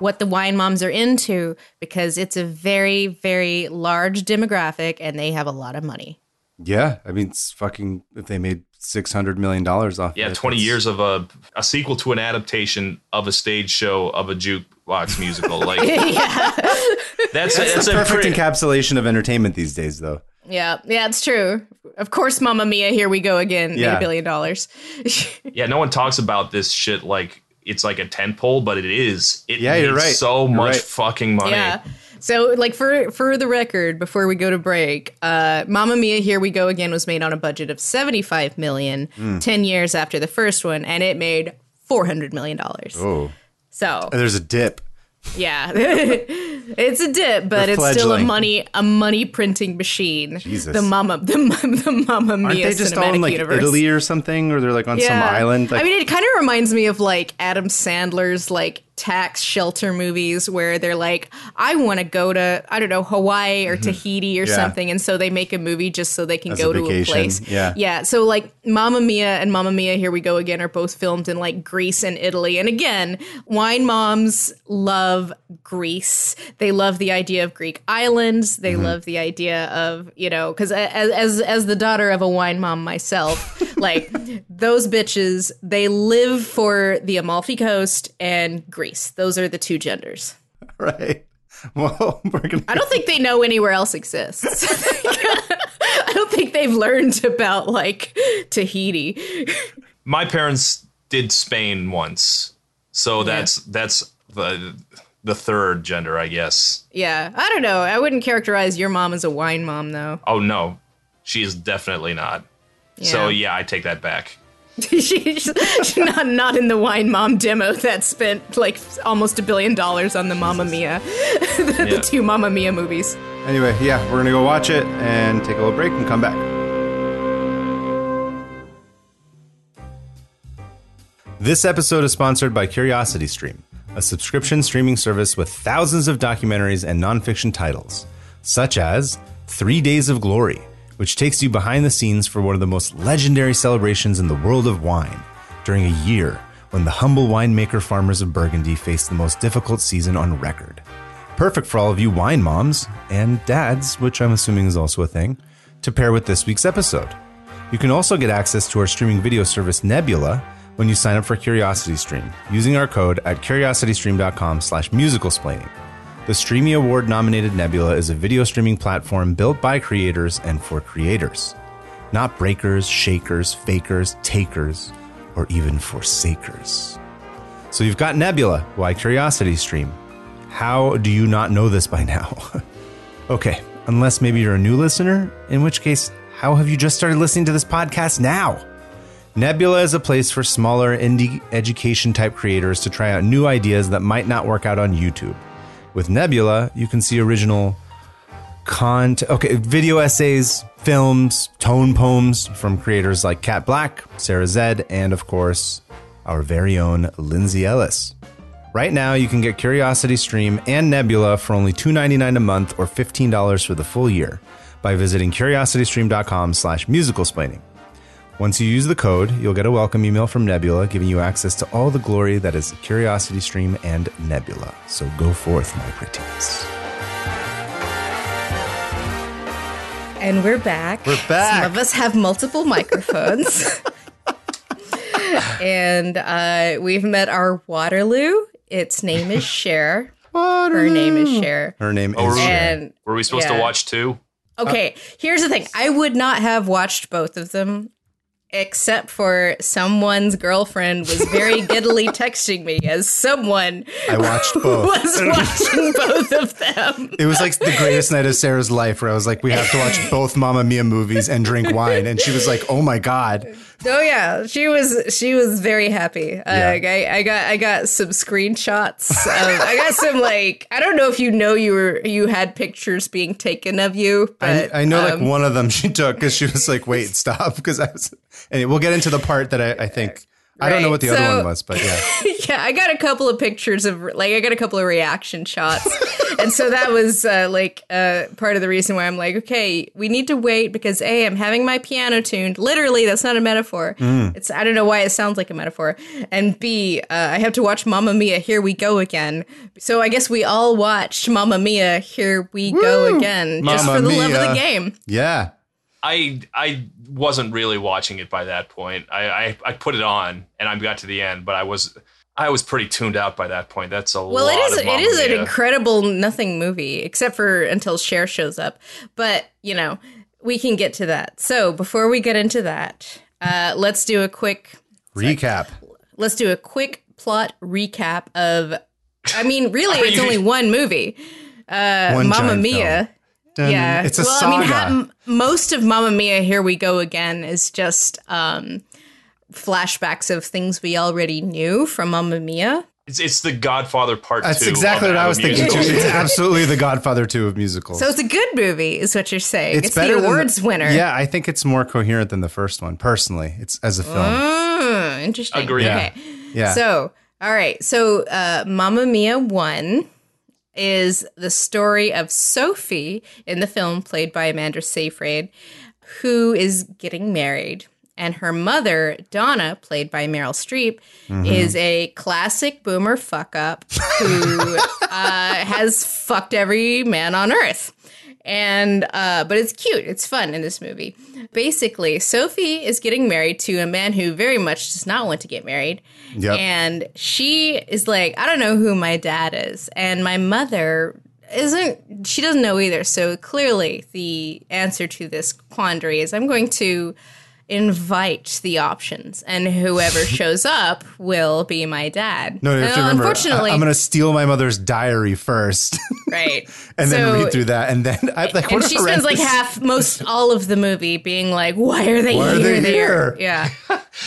Speaker 2: what the wine moms are into because it's a very, very large demographic and they have a lot of money.
Speaker 1: Yeah. I mean, it's fucking, if they made $600 million off of
Speaker 3: Yeah,
Speaker 1: it,
Speaker 3: 20
Speaker 1: that's-
Speaker 3: years of a, a sequel to an adaptation of a stage show of a jukebox musical. Like, that's,
Speaker 1: That's,
Speaker 3: that's
Speaker 1: the
Speaker 3: a
Speaker 1: perfect
Speaker 3: pretty,
Speaker 1: encapsulation of entertainment these days, though.
Speaker 2: Yeah, yeah, it's true. Of course, Mamma Mia, here we go again. made
Speaker 1: Yeah.
Speaker 2: a billion dollars.
Speaker 3: Yeah, no one talks about this shit like it's like a tent pole, but it is. It
Speaker 1: Yeah, you're
Speaker 3: made
Speaker 1: right.
Speaker 3: so
Speaker 1: You're
Speaker 3: much
Speaker 1: right.
Speaker 3: fucking money.
Speaker 2: yeah. So, like for for the record, before we go to break, uh, Mamma Mia, here we go again was made on a budget of seventy five million,
Speaker 1: Hmm.
Speaker 2: ten years after the first one, and it made four hundred million dollars.
Speaker 1: Oh,
Speaker 2: So,
Speaker 1: there's a dip.
Speaker 2: yeah, it's a dip, but
Speaker 1: They're
Speaker 2: it's still a
Speaker 1: fledgling.
Speaker 2: money a money printing machine.
Speaker 1: Jesus.
Speaker 2: The Mamma the, Ma- the Mamma Mia
Speaker 1: Aren't they just all
Speaker 2: cinematic
Speaker 1: in like
Speaker 2: universe.
Speaker 1: Italy or something, or they're like on some island? Like,
Speaker 2: I mean, it kind of reminds me of like Adam Sandler's like tax shelter movies where they're like, I want to go to, I don't know, Hawaii or Tahiti or
Speaker 1: Mm-hmm. Yeah.
Speaker 2: something. And so they make a movie just so they can
Speaker 1: As
Speaker 2: go
Speaker 1: a
Speaker 2: to a
Speaker 1: vacation,
Speaker 2: place.
Speaker 1: yeah.
Speaker 2: Yeah. So like Mamma Mia and Mamma Mia, Here We Go Again are both filmed in like Greece and Italy. And again, wine moms love Greece. They love the idea of Greek islands.
Speaker 1: Mm-hmm.
Speaker 2: They love the idea of, you know, because as, as, as the daughter of a wine mom myself, like those bitches, they live for the Amalfi Coast and Greece. Those are the two genders.
Speaker 1: right. Well, we're gonna.
Speaker 2: I don't think they know anywhere else exists. I don't think they've learned about like Tahiti.
Speaker 3: my parents did Spain once, so that's that's the the third gender, I guess.
Speaker 2: Yeah, I don't know. I wouldn't characterize your mom as a wine mom, though.
Speaker 3: Oh no, she is definitely not. So yeah, I take that back.
Speaker 2: she's, she's not not in the wine mom demo that spent like almost a billion dollars on the Mamma Mia, the,
Speaker 3: Yeah.
Speaker 2: the two Mamma Mia movies.
Speaker 1: Anyway, yeah, we're gonna go watch it and take a little break and come back. This episode is sponsored by Curiosity Stream, a subscription streaming service with thousands of documentaries and nonfiction titles. such as Three Days of Glory, which takes you behind the scenes for one of the most legendary celebrations in the world of wine during a year when the humble winemaker farmers of Burgundy face the most difficult season on record. Perfect for all of you wine moms and dads, which I'm assuming is also a thing, to pair with this week's episode. You can also get access to our streaming video service Nebula when you sign up for CuriosityStream using our code at curiositystream.com slash musicalsplaining. The Streamy Award nominated Nebula is a video streaming platform built by creators and for creators, not breakers, shakers, fakers, takers, or even forsakers. So you've got Nebula, why Curiosity Stream? How do you not know this by now? okay, unless maybe you're a new listener, in which case, how have you just started listening to this podcast now? Nebula is a place for smaller indie education type creators to try out new ideas that might not work out on YouTube. With Nebula, you can see original content, okay, video essays, films, tone poems from creators like Kat Black, Sarah Zed, and of course, our very own Lindsay Ellis. Right now, you can get Curiosity Stream and Nebula for only $2.99 a month or $15 for the full year by visiting curiositystream.com slash musicalsplaining. Once you use the code, you'll get a welcome email from Nebula giving you access to all the glory that is Curiosity Stream and Nebula. So go forth, my pretties.
Speaker 2: And we're back.
Speaker 1: We're back.
Speaker 2: Some of us have multiple microphones. and uh, we've met our Waterloo. Its name is Cher. Her name is Cher.
Speaker 1: Her name
Speaker 3: Oh,
Speaker 1: is
Speaker 3: really?
Speaker 1: Cher.
Speaker 2: And
Speaker 3: Were we supposed
Speaker 2: Yeah.
Speaker 3: to watch two?
Speaker 2: okay, here's the thing I would not have watched both of them except for someone's girlfriend was very giddily texting me as someone
Speaker 1: I watched both.
Speaker 2: was watching both of them.
Speaker 1: It was like the greatest night of Sarah's life where I was like, we have to watch both Mamma Mia movies and drink wine. And she was like, oh my God.
Speaker 2: Oh yeah, she was she was very happy. Uh,
Speaker 1: Yeah.
Speaker 2: I, I got I got some screenshots. Of, I got some like I don't know if you know you were you had pictures being taken of you,
Speaker 1: I,
Speaker 2: but um,
Speaker 1: I know like one of them she took because she was like, wait, stop. Because I was, anyway, we'll get into the part that I, I think, I don't know
Speaker 2: Right,
Speaker 1: what the other
Speaker 2: so-
Speaker 1: one was, but yeah.
Speaker 2: yeah, I got a couple of pictures of like I got a couple of reaction shots, and so that was uh, like uh, part of the reason why I'm like, okay, we need to wait because a I'm having my piano tuned. Literally, that's not a metaphor.
Speaker 1: Mm.
Speaker 2: It's I don't know why it sounds like a metaphor. And b uh, I have to watch Mamma Mia. Here we go again. So I guess we all watched Mamma Mia. Here we go again, just
Speaker 1: Mamma
Speaker 2: for the love of
Speaker 1: Mia.
Speaker 2: the game.
Speaker 1: Yeah.
Speaker 3: I I wasn't really watching it by that point. I, I I put it on and I got to the end, but I was I was pretty tuned out by that point. That's a
Speaker 2: Well,
Speaker 3: lot
Speaker 2: it is
Speaker 3: of Mamma
Speaker 2: it is an
Speaker 3: Mia.
Speaker 2: incredible nothing movie, except for until Cher shows up. But you know, we can get to that. So before we get into that, uh, let's do a quick
Speaker 1: Recap.
Speaker 2: let's do a quick plot recap of. I mean, really,
Speaker 3: Are
Speaker 2: it's
Speaker 3: you-
Speaker 2: only one movie, uh,
Speaker 1: One
Speaker 2: Mamma
Speaker 1: giant
Speaker 2: Mia.
Speaker 1: film. Dun.
Speaker 2: Yeah,
Speaker 1: It's a
Speaker 2: well,
Speaker 1: saga.
Speaker 2: I mean, ha- most of Mamma Mia, Here We Go Again is just um, flashbacks of things we already knew from Mamma Mia.
Speaker 3: It's, it's the Godfather Part
Speaker 1: That's
Speaker 3: Two.
Speaker 1: exactly
Speaker 3: of
Speaker 1: what I was thinking too.
Speaker 3: musicals.
Speaker 1: It's absolutely the Godfather 2 of musicals.
Speaker 2: So it's a good movie, is what you're saying. It's, the
Speaker 1: than
Speaker 2: awards winner.
Speaker 1: Yeah, I think it's more coherent than the first one, personally. It's as a film.
Speaker 2: Mm, interesting.
Speaker 3: Agree.
Speaker 2: Okay.
Speaker 1: Yeah.
Speaker 2: So, all right. So, uh, Mamma Mia 1 is the story of Sophie in the film, played by Amanda Seyfried, who is getting married. And her mother, Donna, played by Meryl Streep, is a classic boomer fuck up who uh, has fucked every man on earth. And uh, but it's cute, it's fun in this movie. Basically, Sophie is getting married to a man who very much does not want to get married.
Speaker 1: Yep.
Speaker 2: And she is like, I don't know who my dad is. And my mother isn't, she doesn't know either. So clearly, the answer to this quandary is I'm going to invite the options, and whoever shows up will be my dad.
Speaker 1: no, you have
Speaker 2: And
Speaker 1: to remember.
Speaker 2: unfortunately,
Speaker 1: I, am going to steal my mother's diary first,
Speaker 2: right.
Speaker 1: and
Speaker 2: So-
Speaker 1: then read through that, and then I like.
Speaker 2: and
Speaker 1: what a
Speaker 2: she spends like
Speaker 1: horrendous-
Speaker 2: half, most all of the movie being like, "Why are they
Speaker 1: Why are
Speaker 2: here?
Speaker 1: they here?
Speaker 2: Yeah,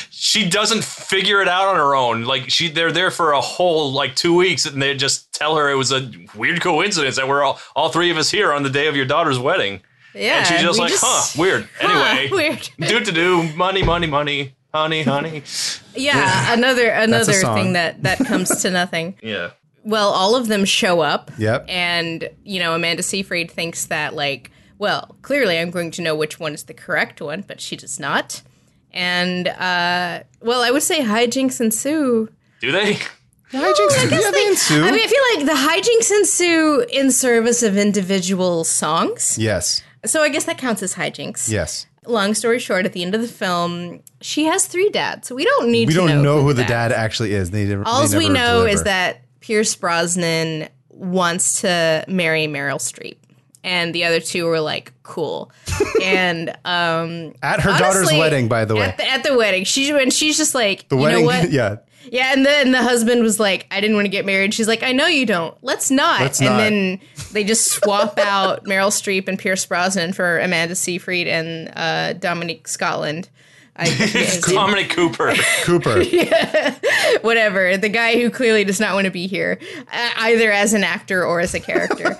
Speaker 3: she doesn't figure it out on her own. Like she, they're there for a whole like two weeks, and they just tell her it was a weird coincidence that we're all all three of us here on the day of your daughter's wedding.
Speaker 2: yeah.
Speaker 3: and she's just
Speaker 2: we
Speaker 3: like, huh, weird. Anyway,
Speaker 2: weird.
Speaker 3: do to do, money, money, money, honey, honey.
Speaker 2: Yeah, another another
Speaker 1: song.
Speaker 2: thing that that comes to nothing.
Speaker 3: Yeah.
Speaker 2: well, all of them show up.
Speaker 1: Yep.
Speaker 2: And, you know, Amanda Seyfried thinks that, like, well, clearly I'm going to know which one is the correct one, but she does not. And, uh, well, I would say hijinks ensue.
Speaker 3: Do they?
Speaker 1: hijinks. yeah, they ensue.
Speaker 2: I mean, I feel like the hijinks ensue in service of individual songs.
Speaker 1: yes.
Speaker 2: So I guess that counts as hijinks.
Speaker 1: Yes.
Speaker 2: Long story short, at the end of the film, she has three dads. So we don't need
Speaker 1: We
Speaker 2: to
Speaker 1: don't know, who the
Speaker 2: dad.
Speaker 1: dad actually is. They never.
Speaker 2: All
Speaker 1: they
Speaker 2: we
Speaker 1: never
Speaker 2: know
Speaker 1: deliver.
Speaker 2: is that Pierce Brosnan wants to marry Meryl Streep. And the other two were like, cool. and um,
Speaker 1: at her daughter's
Speaker 2: honestly,
Speaker 1: wedding, by the way,
Speaker 2: At the, at the wedding, she and she's just like,
Speaker 1: the
Speaker 2: you
Speaker 1: wedding.
Speaker 2: know what?
Speaker 1: yeah.
Speaker 2: Yeah, and then the husband was like, I didn't want to get married. She's like, I know you don't. Let's not.
Speaker 1: Let's
Speaker 2: and
Speaker 1: not.
Speaker 2: then they just swap out Meryl Streep and Pierce Brosnan for Amanda Seyfried and uh, Dominique Scotland. I, his name-
Speaker 3: Dominic Cooper.
Speaker 1: Cooper.
Speaker 2: whatever the guy who clearly does not want to be here uh, either as an actor or as a character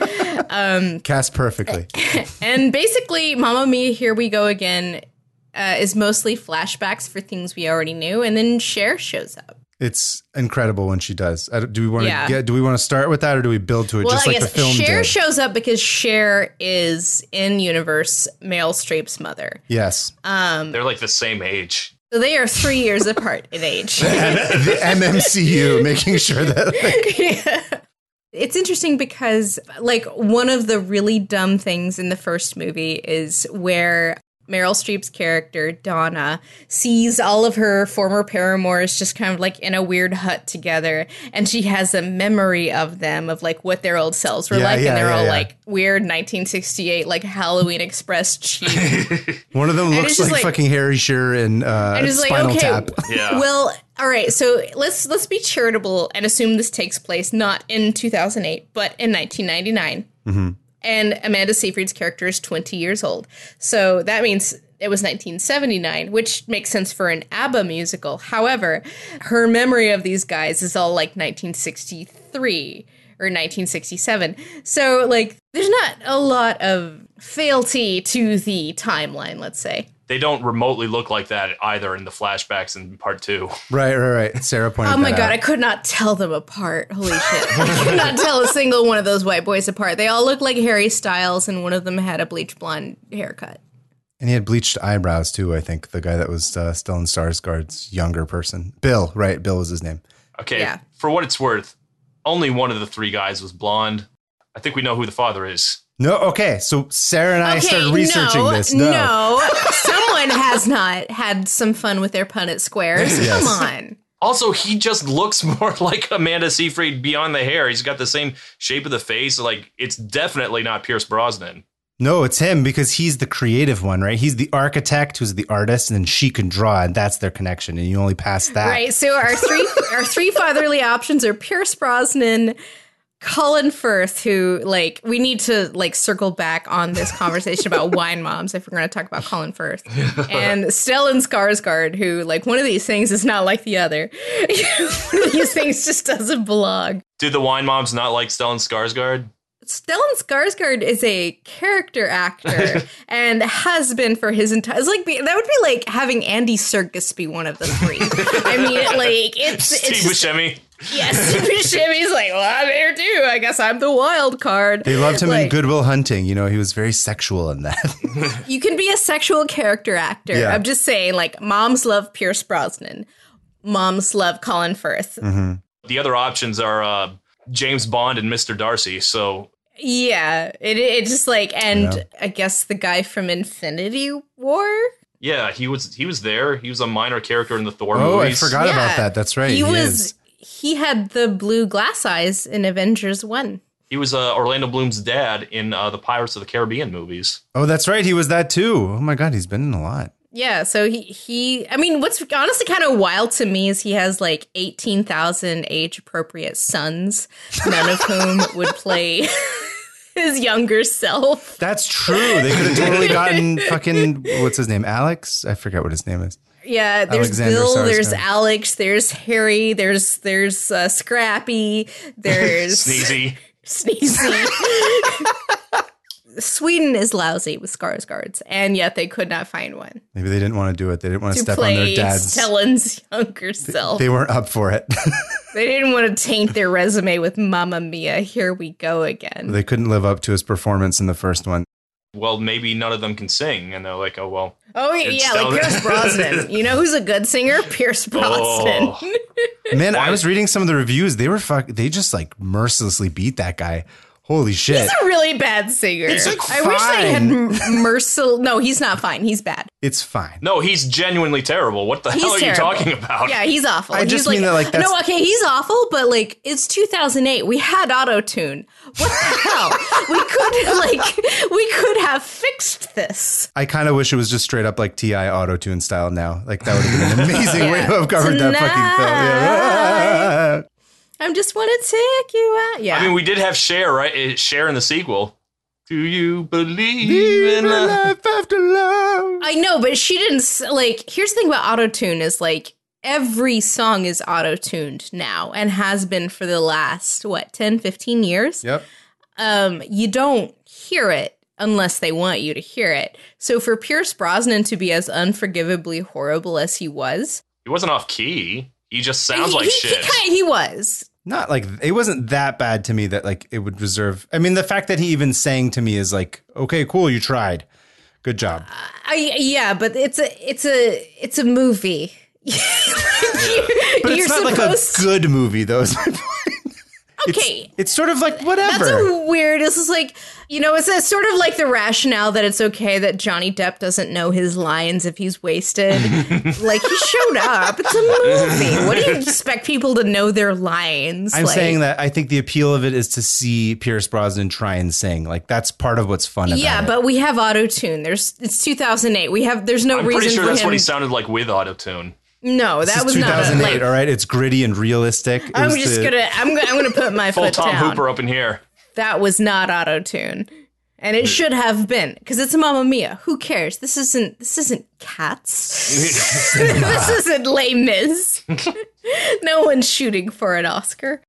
Speaker 1: Cast perfectly.
Speaker 2: and basically mama mia here we go again uh, is mostly flashbacks for things we already knew and then Cher shows up
Speaker 1: It's incredible when she does. I don't- do we want to
Speaker 2: Yeah.
Speaker 1: get? Do we want to start with that, or do we build to it
Speaker 2: well
Speaker 1: just
Speaker 2: i
Speaker 1: like the
Speaker 2: guess
Speaker 1: film
Speaker 2: Cher
Speaker 1: did?
Speaker 2: shows up because Cher is in universe Meryl Streep's mother
Speaker 1: yes.
Speaker 2: Um,
Speaker 3: They're like the same age.
Speaker 2: so they are three years apart in age
Speaker 1: the MMCU, making sure that like,
Speaker 2: It's interesting because, like, one of the really dumb things in the first movie is where Meryl Streep's character, Donna, sees all of her former paramours just kind of like in a weird hut together. And she has a memory of them, of like what their old selves were
Speaker 1: Yeah,
Speaker 2: like.
Speaker 1: yeah,
Speaker 2: and they're
Speaker 1: yeah,
Speaker 2: all
Speaker 1: yeah.
Speaker 2: like weird 1968, like Halloween Express cheap.
Speaker 1: one of them
Speaker 2: it's
Speaker 1: looks
Speaker 2: just
Speaker 1: like,
Speaker 2: like-
Speaker 1: fucking Harry Shearer in uh,
Speaker 2: I'm just like,
Speaker 1: Spinal
Speaker 2: okay.
Speaker 1: Tap.
Speaker 3: Yeah.
Speaker 2: Well, all right. So let's let's be charitable and assume this takes place not in 2008, but in 1999.
Speaker 1: Mm-hmm.
Speaker 2: And Amanda Seyfried's character is 20 years old, so that means it was 1979, which makes sense for an ABBA musical. However, her memory of these guys is all like 1963 or 1967. So like, there's not a lot of fealty to the timeline. Let's say.
Speaker 3: They don't remotely look like that either in the flashbacks in part two.
Speaker 1: Right, right, right. Sarah pointed.
Speaker 2: Oh my
Speaker 1: that
Speaker 2: god,
Speaker 1: out.
Speaker 2: I could not tell them apart. Holy shit. I could not tell a single one of those white boys apart. They all looked like Harry Styles and one of them had a bleach blonde haircut.
Speaker 1: and he had bleached eyebrows too. I think the guy that was uh, Stellan Skarsgård's younger person, Bill. Right, Bill was his name.
Speaker 3: Okay.
Speaker 2: Yeah.
Speaker 3: For what it's worth, only one of the three guys was blonde. I think we know who the father is.
Speaker 1: No, okay. So Sarah and I started researching
Speaker 2: no,
Speaker 1: this. No,
Speaker 2: no. someone has not had some fun with their Punnett squares.
Speaker 1: Yes.
Speaker 2: Come on.
Speaker 3: Also, he just looks more like Amanda Seyfried beyond the hair. He's got the same shape of the face. Like it's definitely not Pierce Brosnan.
Speaker 1: No, it's him because he's the creative one, right? He's the architect who's the artist, and then she can draw, and that's their connection. And you only pass that.
Speaker 2: Right. So our three our three fatherly options are Pierce Brosnan, Colin Firth, who like we need to like circle back on this conversation about wine moms if we're going to talk about Colin Firth, and Stellan Skarsgård, who like one of these things is not like the other. one of these things just doesn't belong.
Speaker 3: Did the wine moms not like Stellan Skarsgård?
Speaker 2: Stellan Skarsgård is a character actor and has been for his entire. It's like be, that would be like having Andy Serkis be one of the three. I mean, like it's
Speaker 3: Steve
Speaker 2: it's just
Speaker 3: Buscemi.
Speaker 2: Yes, Shimmy's like, well, I'm here too. I guess I'm the wild card.
Speaker 1: They loved him in
Speaker 2: Like,
Speaker 1: Goodwill Hunting. You know, he was very sexual in that.
Speaker 2: You can be a sexual character actor.
Speaker 1: Yeah.
Speaker 2: I'm just saying, like, moms love Pierce Brosnan. Moms love Colin Firth.
Speaker 1: Mm-hmm.
Speaker 3: The other options are uh, James Bond and Mr. Darcy. So
Speaker 2: Yeah, it it just like, and
Speaker 1: Yeah.
Speaker 2: I guess the guy from Infinity War.
Speaker 3: yeah, he was he was there. He was a minor character in the Thor
Speaker 1: oh, I
Speaker 3: movies.
Speaker 1: forgot
Speaker 2: Yeah.
Speaker 1: about that. That's right.
Speaker 2: he, was.
Speaker 1: is.
Speaker 2: He had the blue glass eyes in Avengers One.
Speaker 3: He was uh, Orlando Bloom's dad in uh, the Pirates of the Caribbean movies.
Speaker 1: Oh, that's right. He was that too. Oh my God, he's been in a lot.
Speaker 2: Yeah, so he he I mean what's honestly kind of wild to me is he has like 18,000 age appropriate sons, none of whom would play his younger self.
Speaker 1: That's true. They could have totally gotten fucking what's his name? Alex? I forget what his name is.
Speaker 2: Yeah, there's
Speaker 1: Alexander
Speaker 2: Bill, there's
Speaker 1: Sarsgaard.
Speaker 2: Alex, there's Harry, there's there's uh, Scrappy, there's
Speaker 3: Sneezy.
Speaker 2: Sneezy. Sweden is lousy with Skarsgårds, and yet they could not find one
Speaker 1: Maybe they didn't want to do it. They didn't want to
Speaker 2: to
Speaker 1: step on their
Speaker 2: play
Speaker 1: dad's.
Speaker 2: Stellan's younger self.
Speaker 1: They weren't up for it.
Speaker 2: They didn't want to taint their resume with Mamma Mia, here we go again.
Speaker 1: they couldn't live up to his performance in the first one.
Speaker 3: Well, maybe none of them can sing, and they're like, oh well.
Speaker 2: oh,
Speaker 3: it's
Speaker 2: yeah, like
Speaker 3: Stellan-
Speaker 2: Pierce Brosnan. you know who's a good singer? Pierce Brosnan.
Speaker 3: Oh.
Speaker 1: Man, I was reading some of the reviews. They were fuck. They just like mercilessly beat that guy. Holy shit!
Speaker 2: He's a really bad singer.
Speaker 1: like,
Speaker 2: I wish they had
Speaker 1: fine.
Speaker 2: m- mercil. No, he's not fine. He's bad.
Speaker 1: It's fine.
Speaker 3: No, he's genuinely terrible. What the
Speaker 2: He's
Speaker 3: hell are
Speaker 2: terrible.
Speaker 3: you talking about?
Speaker 2: Yeah, he's awful.
Speaker 1: I
Speaker 2: He's
Speaker 1: just mean that, like, that's-
Speaker 2: no, okay, he's awful, but like it's 2008. We had auto tune. What the hell? We could like we could have fixed this.
Speaker 1: I kind of wish it was just straight up like Ti Auto Tune style now. Like that would have been an amazing way to have covered that fucking film. Yeah.
Speaker 2: I'm just want to take you out. Yeah,
Speaker 3: I mean, we did have Cher, right? Eh, Cher in the sequel. Do you believe in
Speaker 1: Even
Speaker 3: love?
Speaker 1: life after love.
Speaker 2: I know, but she didn't s- like. Here's the thing about auto tune is like every song is auto tuned now and has been for the last what 10 15 years
Speaker 1: Yep.
Speaker 2: um, you don't hear it unless they want you to hear it. So for Pierce Brosnan to be as unforgivably horrible as he was,
Speaker 3: He wasn't off key. He just sounds
Speaker 2: he,
Speaker 3: like
Speaker 2: he, He,
Speaker 3: shit.
Speaker 2: kinda- he was.
Speaker 1: Not like it wasn't that bad to me that like it would reserve. I mean, the fact that he even sang to me is like, okay, cool, you tried, good job.
Speaker 2: Uh, I yeah, but it's a it's a it's a movie.
Speaker 1: But
Speaker 2: You're
Speaker 1: it's not like a
Speaker 2: supposed to-
Speaker 1: good movie, though. Is my point. It's-
Speaker 2: Okay.
Speaker 1: it's, sort of like whatever.
Speaker 2: That's a weird. This is like, you know, it's a, sort of like the rationale that it's okay that Johnny Depp doesn't know his lines if he's wasted. like he showed up. It's a movie. What do you expect people to know their lines?
Speaker 1: I'm
Speaker 2: like,
Speaker 1: saying that I think the appeal of it is to see Pierce Brosnan try and sing. Like that's part of what's fun. About
Speaker 2: Yeah,
Speaker 1: it.
Speaker 2: but we have auto tune. There's it's 2008. We have there's no
Speaker 3: I'm
Speaker 2: reason
Speaker 3: pretty sure
Speaker 2: for
Speaker 3: that's
Speaker 2: him.
Speaker 3: what he sounded like with autotune.
Speaker 2: no, that
Speaker 1: This
Speaker 2: was
Speaker 1: is
Speaker 2: not a,
Speaker 1: 2008.
Speaker 2: like.
Speaker 1: all right, it's gritty and realistic. It
Speaker 2: I'm
Speaker 1: was
Speaker 2: just
Speaker 1: the-
Speaker 2: gonna I'm gonna I'm gonna put my
Speaker 3: Full
Speaker 2: foot
Speaker 3: Tom
Speaker 2: down.
Speaker 3: Hooper up in here.
Speaker 2: That was not auto tune, and it should have been because it's Mamma Mia. Who cares? This isn't this isn't Cats. this isn't Les Mis. no one's shooting for an Oscar.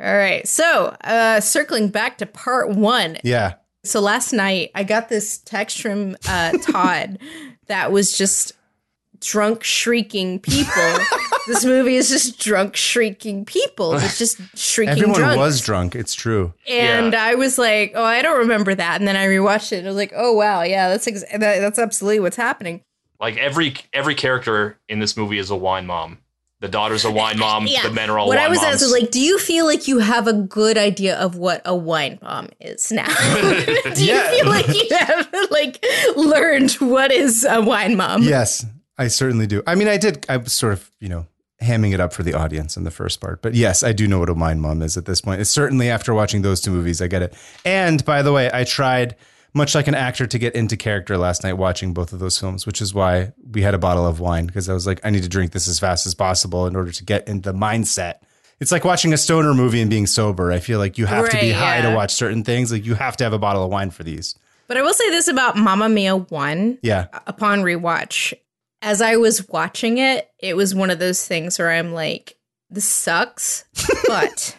Speaker 2: All right, so uh, circling back to part one,
Speaker 1: Yeah,
Speaker 2: So last night I got this text from uh, Todd that was just drunk shrieking people. this movie is just drunk shrieking people. It's just shrieking
Speaker 1: everyone
Speaker 2: drunks.
Speaker 1: was drunk. It's true.
Speaker 2: and
Speaker 3: Yeah.
Speaker 2: I was like, oh, I don't remember that. And then I rewatched it and I was like, oh wow, yeah, that's ex- that, that's absolutely what's happening.
Speaker 3: Like every every character in this movie is a wine mom. The daughter's a wine mom. The men are all
Speaker 2: what
Speaker 3: wine
Speaker 2: I was
Speaker 3: moms.
Speaker 2: asked was like, do you feel like you have a good idea of what a wine bomb is now? do you
Speaker 1: Yeah.
Speaker 2: feel like you have like learned what is a wine mom?
Speaker 1: Yes, I certainly do. I mean, I did. I was sort of, you know, hamming it up for the audience in the first part. But yes, I do know what a mind mom is at this point. It's certainly after watching those two movies, I get it. And by the way, I tried much like an actor to get into character last night watching both of those films, which is why we had a bottle of wine because I was like, I need to drink this as fast as possible in order to get in the mindset. It's like watching a stoner movie and being sober. I feel like you have to be
Speaker 2: Right,
Speaker 1: high
Speaker 2: yeah.
Speaker 1: to watch certain things. Like you have to have a bottle of wine for these.
Speaker 2: But I will say this about Mamma Mia 1
Speaker 1: Yeah.
Speaker 2: upon rewatch. As I was watching it, it was one of those things where I'm like, this sucks, but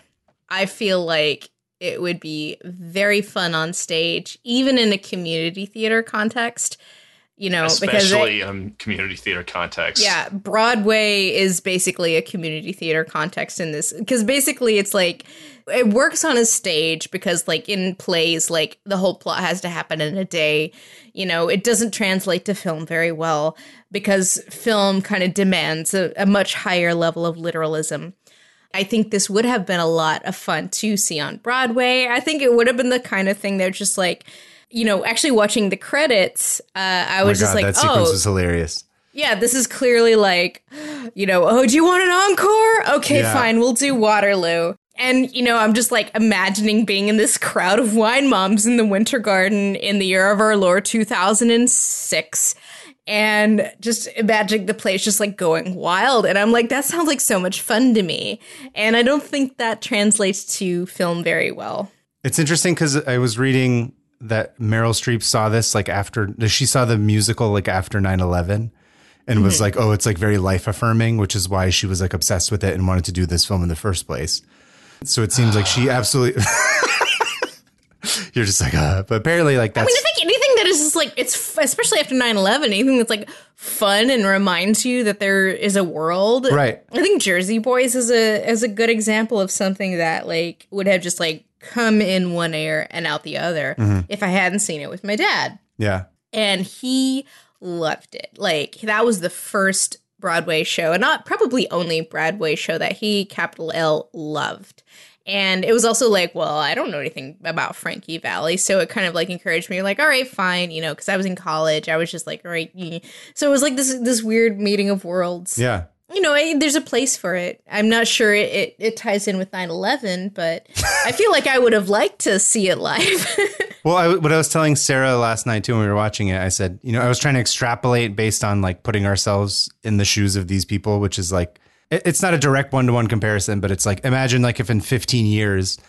Speaker 2: I feel like it would be very fun on stage, even in a community theater context, you know, because it-
Speaker 3: especially in community theater context.
Speaker 2: yeah, Broadway is basically a community theater context in this because basically it's like it works on a stage because like in plays like the whole plot has to happen in a day. You know, it doesn't translate to film very well because film kind of demands a, a much higher level of literalism. I think this would have been a lot of fun to see on Broadway. I think it would have been the kind of thing that just like, you know, actually watching the credits, uh, I was just like,
Speaker 1: that
Speaker 2: oh,
Speaker 1: sequence was hilarious.
Speaker 2: yeah, this is clearly like, you know, oh, do you want an encore? Okay,
Speaker 1: Yeah.
Speaker 2: fine, we'll do Waterloo. And, you know, I'm just like imagining being in this crowd of wine moms in the Winter Garden in the year of our Lord 2006. And just imagining the place just like going wild. And I'm like, that sounds like so much fun to me. And I don't think that translates to film very well.
Speaker 1: It's interesting because I was reading that Meryl Streep saw this like after she saw the musical like after 9 11 and
Speaker 2: Mm-hmm.
Speaker 1: was like, oh, it's like very life affirming, which is why she was like obsessed with it and wanted to do this film in the first place. So it seems like she absolutely. You're just like, uh, but apparently, like that's
Speaker 2: I mean, I think anything that is just like it's f- especially after 9-11, anything that's like fun and reminds you that there is a world.
Speaker 1: Right.
Speaker 2: I think Jersey Boys is a is a good example of something that like would have just like come in one ear and out the other if I hadn't seen it with my dad.
Speaker 1: yeah,
Speaker 2: And he loved it. Like that was the first Broadway show, and not probably only Broadway show that he capital L loved. And it was also like, well, I don't know anything about Frankie Valley. So it kind of like encouraged me, like, all right, fine, you know, because I was in college. I was just like, all right. eh. So it was like this this weird meeting of worlds.
Speaker 1: yeah.
Speaker 2: You know, I, there's a place for it. I'm not sure it, it, it ties in with 9 11, but I feel like I would have liked to see it live.
Speaker 1: Well, I, what I was telling Sarah last night too, when we were watching it, I said, you know, I was trying to extrapolate based on like putting ourselves in the shoes of these people, which is like, it- it's not a direct one to one comparison, but it's like, imagine like if in 15 years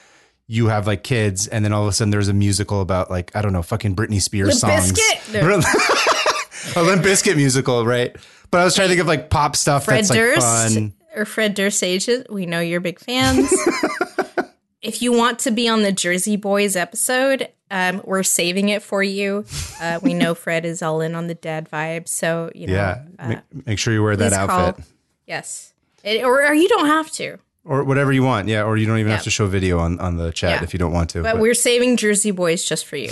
Speaker 1: you have like kids and then all of a sudden there's a musical about like, I don't know, fucking Britney Spears
Speaker 2: Limp
Speaker 1: songs.
Speaker 2: Bizkit?
Speaker 1: a Limp Bizkit musical, right? But I was trying to think of like pop stuff
Speaker 2: Fred
Speaker 1: that's like
Speaker 2: Durst
Speaker 1: fun.
Speaker 2: or Fred Durst Ages. We know you're big fans. if you want to be on the Jersey Boys episode, um, we're saving it for you. Uh, we know Fred is all in on the dad vibe, so you know.
Speaker 1: Yeah. Ma-
Speaker 2: uh,
Speaker 1: make, sure you wear that
Speaker 2: please
Speaker 1: outfit
Speaker 2: call. Yes, it, or, or you don't have to.
Speaker 1: or whatever you want. Yeah. Or you don't even
Speaker 2: Yeah.
Speaker 1: have to show video on, on the chat
Speaker 2: Yeah.
Speaker 1: if you don't want to.
Speaker 2: But we're saving Jersey Boys just for you.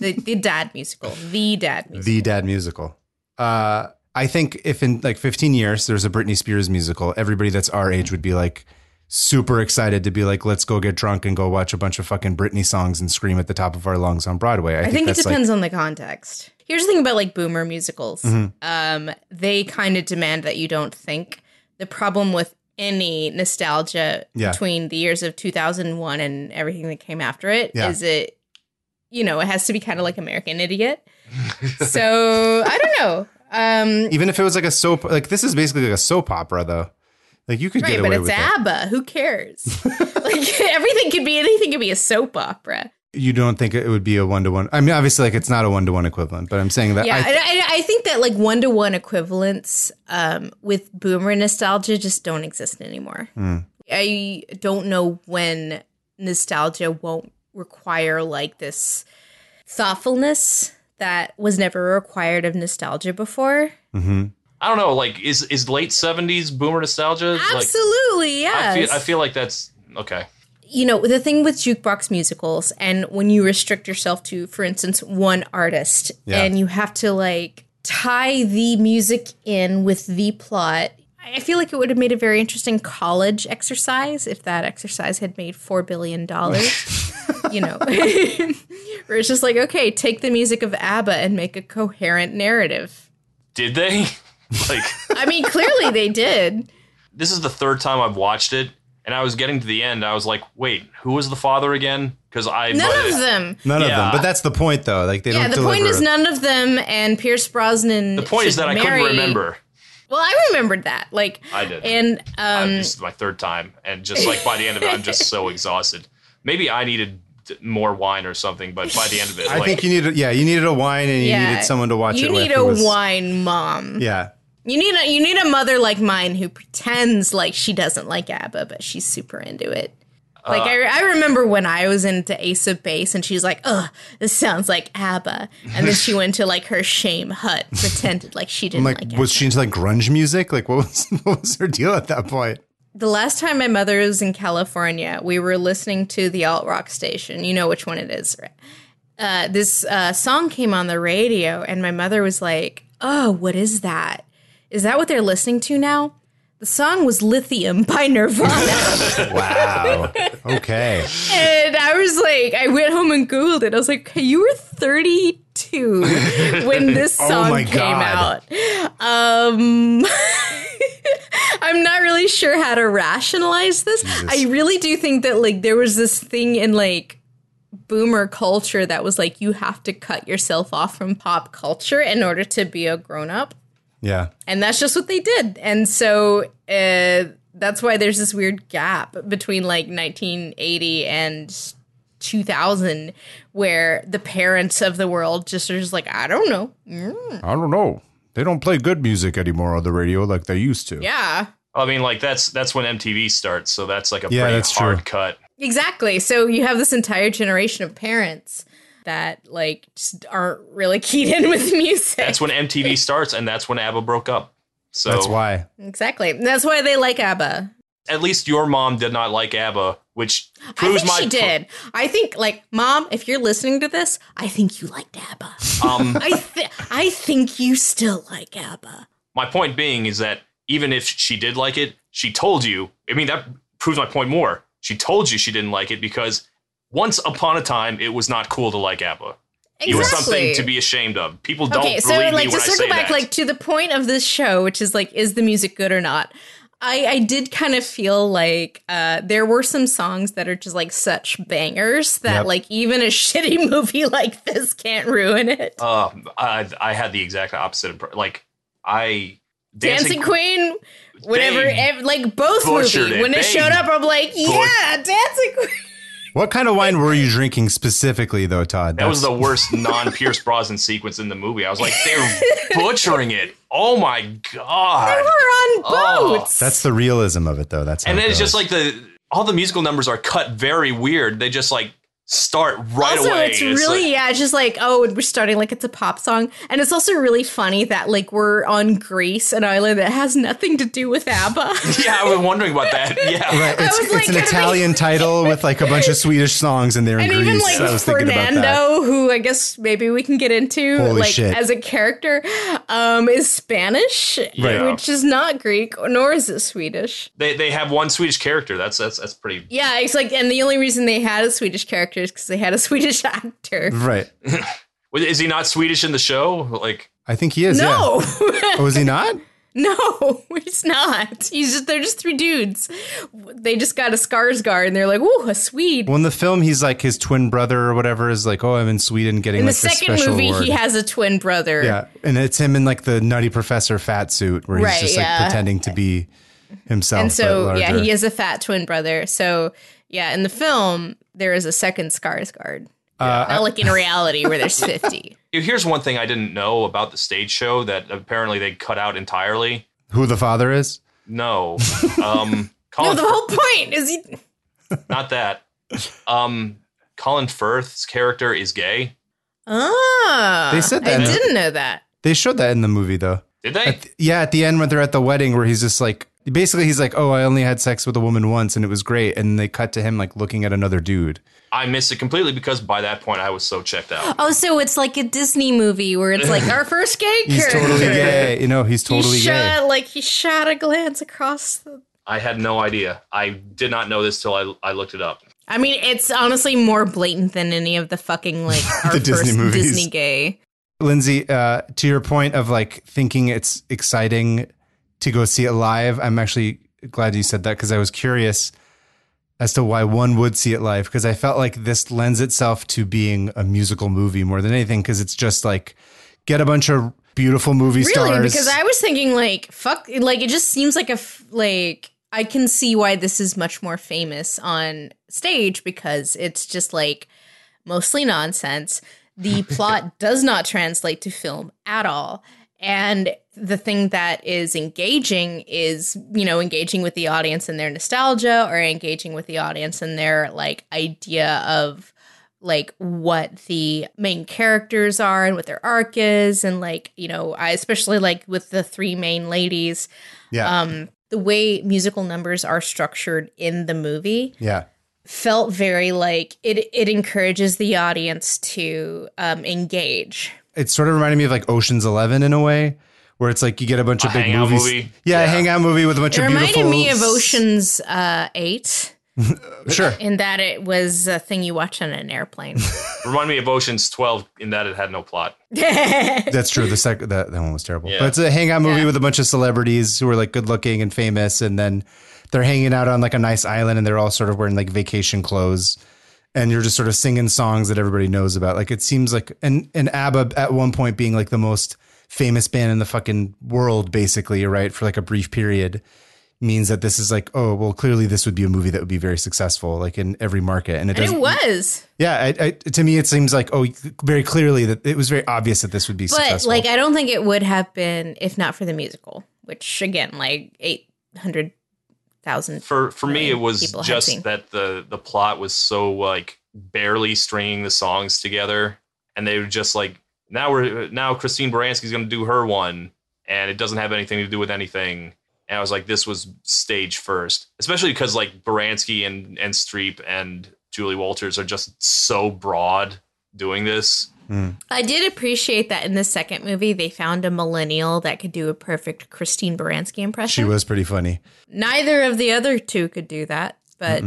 Speaker 2: the, the dad musical, the dad musical.
Speaker 1: the dad musical. Uh, I think if in like 15 years there's a Britney Spears musical, everybody that's our age would be like super excited to be like, let's go get drunk and go watch a bunch of fucking Britney songs and scream at the top of our lungs on Broadway. I,
Speaker 2: I think it
Speaker 1: that's like,
Speaker 2: depends on the context. Here's the thing about like boomer musicals.
Speaker 1: Mm-hmm.
Speaker 2: Um, they kind of demand that you don't think. The problem with any nostalgia
Speaker 1: Yeah.
Speaker 2: between the years of 2001 and everything that came after it is
Speaker 1: Yeah.
Speaker 2: it, you know, it has to be kind of like American Idiot. so I don't know. Um,
Speaker 1: even if it was like a soap, like this is basically like a soap opera though. Like you could
Speaker 2: right,
Speaker 1: get
Speaker 2: but
Speaker 1: away
Speaker 2: it's
Speaker 1: with it.
Speaker 2: ABBA. Who cares? like everything could be anything could be a soap opera.
Speaker 1: You don't think it would be a one to one. I mean, obviously, like it's not a one to one equivalent, but I'm saying that.
Speaker 2: Yeah,
Speaker 1: I,
Speaker 2: and I, I think that like one to one equivalents um, with boomer nostalgia just don't exist anymore.
Speaker 3: Hmm.
Speaker 2: I don't know when nostalgia won't require like this thoughtfulness that was never required of nostalgia before.
Speaker 1: Mhm.
Speaker 3: I don't know. Like, is is late seventies boomer nostalgia?
Speaker 2: Absolutely,
Speaker 3: Like,
Speaker 2: yes.
Speaker 3: I feel I feel like that's okay.
Speaker 2: you know the thing with jukebox musicals and when you restrict yourself to for instance one artist
Speaker 1: Yeah.
Speaker 2: and you have to like tie the music in with the plot i feel like it would have made a very interesting college exercise if that exercise had made four billion dollars you know where it's just like okay take the music of abba and make a coherent narrative
Speaker 3: Did they? like,
Speaker 2: i mean clearly they did
Speaker 3: this is the third time I've watched it, and I was getting to the end. I was like, wait, who was the father again? Because I
Speaker 2: none of them
Speaker 1: none of them.
Speaker 3: Yeah.
Speaker 1: But that's the point though. Like they
Speaker 2: yeah
Speaker 1: don't
Speaker 2: the
Speaker 1: deliver.
Speaker 2: point is none of them and pierce brosnan
Speaker 3: The point is that I couldn't remember.
Speaker 2: Well, I remembered that. Like
Speaker 3: I didn't.
Speaker 2: And
Speaker 3: I-
Speaker 2: um
Speaker 3: this is my third time, and just like by the end of it, I'm just so exhausted. Maybe I needed d- more wine or something, but by the end of it,
Speaker 1: I
Speaker 3: like,
Speaker 1: think you needed, yeah, you needed a wine and you
Speaker 2: yeah,
Speaker 1: needed someone to watch
Speaker 2: You
Speaker 1: it with.
Speaker 2: need
Speaker 1: who
Speaker 2: a
Speaker 1: was-
Speaker 2: wine mom.
Speaker 1: Yeah.
Speaker 2: You need a you need a mother like mine who pretends like she doesn't like ABBA, but she's super into it. Like I, I remember when I was into Ace of Base, and she's like, "Ugh, this sounds like ABBA," and then she went to like her shame hut, pretended like she didn't
Speaker 1: I'm
Speaker 2: like,
Speaker 1: like,
Speaker 2: ABBA.
Speaker 1: was she into like grunge music? Like, what was what was her deal at that point?
Speaker 2: The last time my mother was in California, we were listening to the alt rock station. You know which one it is, right? Uh, this uh, song came on the radio, and my mother was like, Oh, what is that? Is that what they're listening to now? The song was Lithium by Nirvana.
Speaker 1: Wow. okay.
Speaker 2: and I was like, I went home and Googled it. I was like, okay, You were 32 when this
Speaker 1: Oh
Speaker 2: song
Speaker 1: my
Speaker 2: came
Speaker 1: God.
Speaker 2: out. Um. I'm not really sure how to rationalize this. I really do think that like there was this thing in like boomer culture that was like you have to cut yourself off from pop culture in order to be a grown up,
Speaker 1: Yeah.
Speaker 2: and that's just what they did. And so uh, that's why there's this weird gap between like 1980 and 2000 where the parents of the world just are just like I don't know.
Speaker 1: I don't know. They don't play good music anymore on the radio like they used to.
Speaker 2: Yeah.
Speaker 3: I mean, like that's that's when MTV starts, so that's like a
Speaker 1: Yeah,
Speaker 3: pretty
Speaker 1: that's
Speaker 3: hard
Speaker 1: true.
Speaker 3: cut.
Speaker 2: Exactly. So you have this entire generation of parents that like just aren't really keyed in with music.
Speaker 3: That's when MTV starts, and that's when ABBA broke up. So
Speaker 1: That's why.
Speaker 2: exactly. That's why they like ABBA.
Speaker 3: at least your mom did not like ABBA, which proves
Speaker 2: I think
Speaker 3: my
Speaker 2: she did. I think like mom, if you're listening to this, I think you liked ABBA.
Speaker 3: Um,
Speaker 2: I th- I think you still like ABBA.
Speaker 3: my point being is that even if she did like it, she told you. I mean, that proves my point more. She told you she didn't like it because once upon a time, it was not cool to like ABBA.
Speaker 2: Exactly.
Speaker 3: It was something to be ashamed of. People don't
Speaker 2: okay,
Speaker 3: believe
Speaker 2: so
Speaker 3: me
Speaker 2: like to
Speaker 3: when I
Speaker 2: circle
Speaker 3: say
Speaker 2: back
Speaker 3: that.
Speaker 2: like to the point of this show, which is like, is the music good or not? I, I did kind of feel like uh, there were some songs that are just like such bangers that
Speaker 1: Yep.
Speaker 2: like even a shitty movie like this can't ruin it.
Speaker 3: uh, I, I had the exact opposite. Of, like, I
Speaker 2: Dancing, Queen, whatever,
Speaker 3: They
Speaker 2: ev- like both
Speaker 3: butchered
Speaker 2: movies.
Speaker 3: it.
Speaker 2: When it
Speaker 3: They
Speaker 2: showed up, I'm like, yeah, Dancing Queen.
Speaker 1: What kind of wine were you drinking specifically, though, Todd?
Speaker 3: That was
Speaker 1: That's-
Speaker 3: the worst non Pierce Brosnan sequence in the movie. I was like, they're butchering it. Oh my
Speaker 2: They
Speaker 3: god!
Speaker 2: were on
Speaker 3: Oh.
Speaker 2: boats.
Speaker 1: That's the realism of it, though. That's how
Speaker 3: And
Speaker 1: it
Speaker 3: then it's
Speaker 1: goes.
Speaker 3: just like the all the musical numbers are cut very weird. They just like start right
Speaker 2: also,
Speaker 3: away.
Speaker 2: it's really
Speaker 3: like-
Speaker 2: yeah, it's just like oh, we're starting like it's a pop song, and it's also really funny that like we're on Greece, an island that has nothing to do with ABBA.
Speaker 3: yeah. I was wondering about that. Yeah,
Speaker 1: Right, it's,
Speaker 2: was
Speaker 1: it's
Speaker 2: like,
Speaker 1: an
Speaker 2: gonna be-
Speaker 1: Italian title with like a bunch of Swedish songs, and they're in
Speaker 2: And
Speaker 1: Greece.
Speaker 2: even like
Speaker 1: I was thinking about that.
Speaker 2: Fernando, who I guess maybe we can get into,
Speaker 1: Holy
Speaker 2: like
Speaker 1: shit.
Speaker 2: as a character, um, is Spanish,
Speaker 3: Right.
Speaker 2: which is not Greek, nor is it Swedish.
Speaker 3: They they have one Swedish character. That's that's that's pretty.
Speaker 2: Yeah, it's like, and the only reason they had a Swedish character is because they had a Swedish actor.
Speaker 1: Right.
Speaker 3: Is he not Swedish in the show? Like
Speaker 1: I think he is.
Speaker 2: No,
Speaker 1: Yeah. Oh, is he not?
Speaker 2: No, he's not. He's just they're just three dudes. They just got a Skarsgård and they're like, "Ooh, a Swede."
Speaker 1: Well, in the film, he's like his twin brother or whatever is like, oh, I'm in Sweden getting
Speaker 2: In the
Speaker 1: like this
Speaker 2: second
Speaker 1: special
Speaker 2: movie,
Speaker 1: award.
Speaker 2: he has a twin brother.
Speaker 1: yeah, and it's him in like the Nutty Professor fat suit where he's
Speaker 2: Right,
Speaker 1: just like
Speaker 2: yeah.
Speaker 1: pretending to be himself.
Speaker 2: And so,
Speaker 1: but
Speaker 2: yeah,
Speaker 1: larger.
Speaker 2: he is a fat twin brother. So, yeah, in the film, there is a second Skarsgård.
Speaker 1: Uh,
Speaker 2: Not like in reality where there's 50.
Speaker 3: here's one thing I didn't know about the stage show that apparently they cut out entirely.
Speaker 1: Who the father is?
Speaker 3: No, um,
Speaker 2: no,
Speaker 3: Colin
Speaker 2: the whole point is he,
Speaker 3: not that. Um, Colin Firth's character is gay.
Speaker 2: ah,
Speaker 1: They said that in
Speaker 2: I
Speaker 1: the-
Speaker 2: didn't know that.
Speaker 1: They showed that in the movie though.
Speaker 3: Did they?
Speaker 1: At the- yeah, at the end when they're at the wedding, where he's just like, basically, he's like, "Oh, I only had sex with a woman once, and it was great." And they cut to him like looking at another dude.
Speaker 3: I missed it completely because by that point I was so checked out.
Speaker 2: Oh, so it's like a Disney movie where it's like our first gay
Speaker 1: He's
Speaker 2: character.
Speaker 1: totally gay. You know, he's totally
Speaker 2: he
Speaker 1: gay.
Speaker 2: shot like he shot a glance across the
Speaker 3: I had no idea. I did not know this till I, I looked it up.
Speaker 2: I mean, it's honestly more blatant than any of the fucking like our
Speaker 1: The Disney
Speaker 2: first
Speaker 1: movies.
Speaker 2: Disney gay.
Speaker 1: Lindsay, uh, to your point of like thinking it's exciting to go see it live, I'm actually glad you said that because I was curious as to why one would see it live because I felt like this lends itself to being a musical movie more than anything because it's just like get a bunch of beautiful movie
Speaker 2: Really,
Speaker 1: stars.
Speaker 2: because I was thinking like fuck, like it just seems like a f- like I can see why this is much more famous on stage because it's just like mostly nonsense. The plot does not translate to film at all. And the thing that is engaging is, you know, engaging with the audience and their nostalgia or engaging with the audience and their like idea of like what the main characters are and what their arc is and like, you know, I especially like with the three main ladies,
Speaker 1: yeah,
Speaker 2: um the way musical numbers are structured in the movie
Speaker 1: yeah.
Speaker 2: felt very like it it encourages the audience to um engage
Speaker 1: it sort of reminded me of like Ocean's Eleven in a way, where it's like you get a bunch of big
Speaker 3: hangout
Speaker 1: movies.
Speaker 3: movie?
Speaker 1: Yeah, a
Speaker 3: Yeah.
Speaker 1: hangout movie with a bunch
Speaker 2: it
Speaker 1: of
Speaker 2: reminded
Speaker 1: beautiful.
Speaker 2: me of oceans uh eight
Speaker 1: Sure.
Speaker 2: in that it was a thing you watch on an airplane
Speaker 3: Remind me of Ocean's 12 in that it had no plot.
Speaker 1: That's true. The second that, that one was terrible,
Speaker 3: Yeah.
Speaker 1: but it's a hangout movie
Speaker 2: Yeah.
Speaker 1: with a bunch of celebrities who are like good looking and famous, and then they're hanging out on like a nice island, and they're all sort of wearing like vacation clothes, and you're just sort of singing songs that everybody knows about. Like it seems like and and ABBA at one point being like the most famous band in the fucking world, basically, right? For like a brief period, means that this is like oh well, clearly this would be a movie that would be very successful, like in every market, and it
Speaker 2: it
Speaker 1: doesn't.
Speaker 2: was
Speaker 1: yeah, I, I, to me it seems like oh, very clearly that it was very obvious that this would be
Speaker 2: but
Speaker 1: successful.
Speaker 2: like i don't think it would have been if not for the musical which again like 800 thousand.
Speaker 3: for for me it was
Speaker 2: people have seen.
Speaker 3: just that the the plot was so like barely stringing the songs together and they were just like now we're now christine baranski's going to do her one and it doesn't have anything to do with anything and i was like this was stage first especially because like baranski and and streep and julie walters are just so broad doing this
Speaker 2: I did appreciate that in the second movie they found a millennial that could do a perfect Christine Baranski
Speaker 1: She
Speaker 2: impression.
Speaker 1: was pretty funny.
Speaker 2: Neither of the other two could do that, but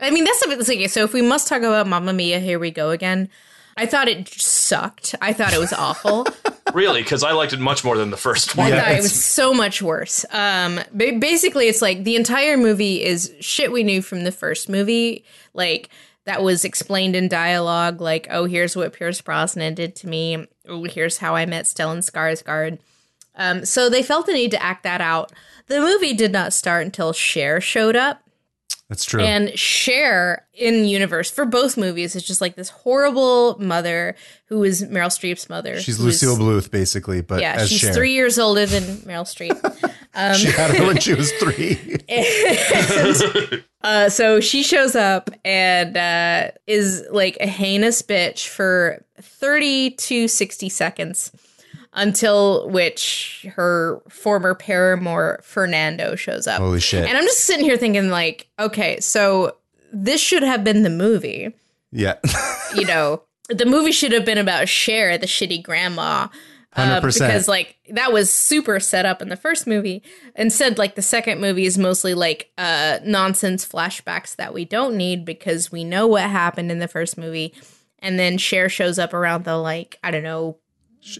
Speaker 2: I mean that's something. Okay, so if we must talk about Mamma Mia, here we go again. I thought it sucked. I thought it was awful.
Speaker 3: really because i liked it much more than the first one
Speaker 2: I
Speaker 1: Yeah,
Speaker 2: thought it
Speaker 1: it's-
Speaker 2: was so much worse. Um, ba- basically, it's like the entire movie is shit we knew from the first movie. Like that was explained in dialogue. Like, oh, here's what Pierce Brosnan did to me. Oh, here's how I met Stellan Skarsgård. Um, so they felt the need to act that out. The movie did not start until Cher showed up.
Speaker 1: That's true.
Speaker 2: And Cher in universe for both movies is just like this horrible mother who is Meryl Streep's mother.
Speaker 1: she's
Speaker 2: who is-
Speaker 1: Lucille Bluth, basically, but
Speaker 2: Yeah,
Speaker 1: as
Speaker 2: she's
Speaker 1: Cher.
Speaker 2: three um, years older than Meryl Streep.
Speaker 1: She had her when she was three.
Speaker 2: Uh, so she shows up and uh, is like a heinous bitch for 30 to 60 seconds until which her former paramour Fernando shows up.
Speaker 1: Holy shit.
Speaker 2: And I'm just sitting here thinking like, okay, so this should have been the movie.
Speaker 1: yeah.
Speaker 2: You know, the movie should have been about Cher, the shitty grandma. uh,
Speaker 1: 100%.
Speaker 2: because like that was super set up in the first movie. Instead, like the second movie is mostly like uh, nonsense flashbacks that we don't need because we know what happened in the first movie. And then Cher shows up around the like I don't know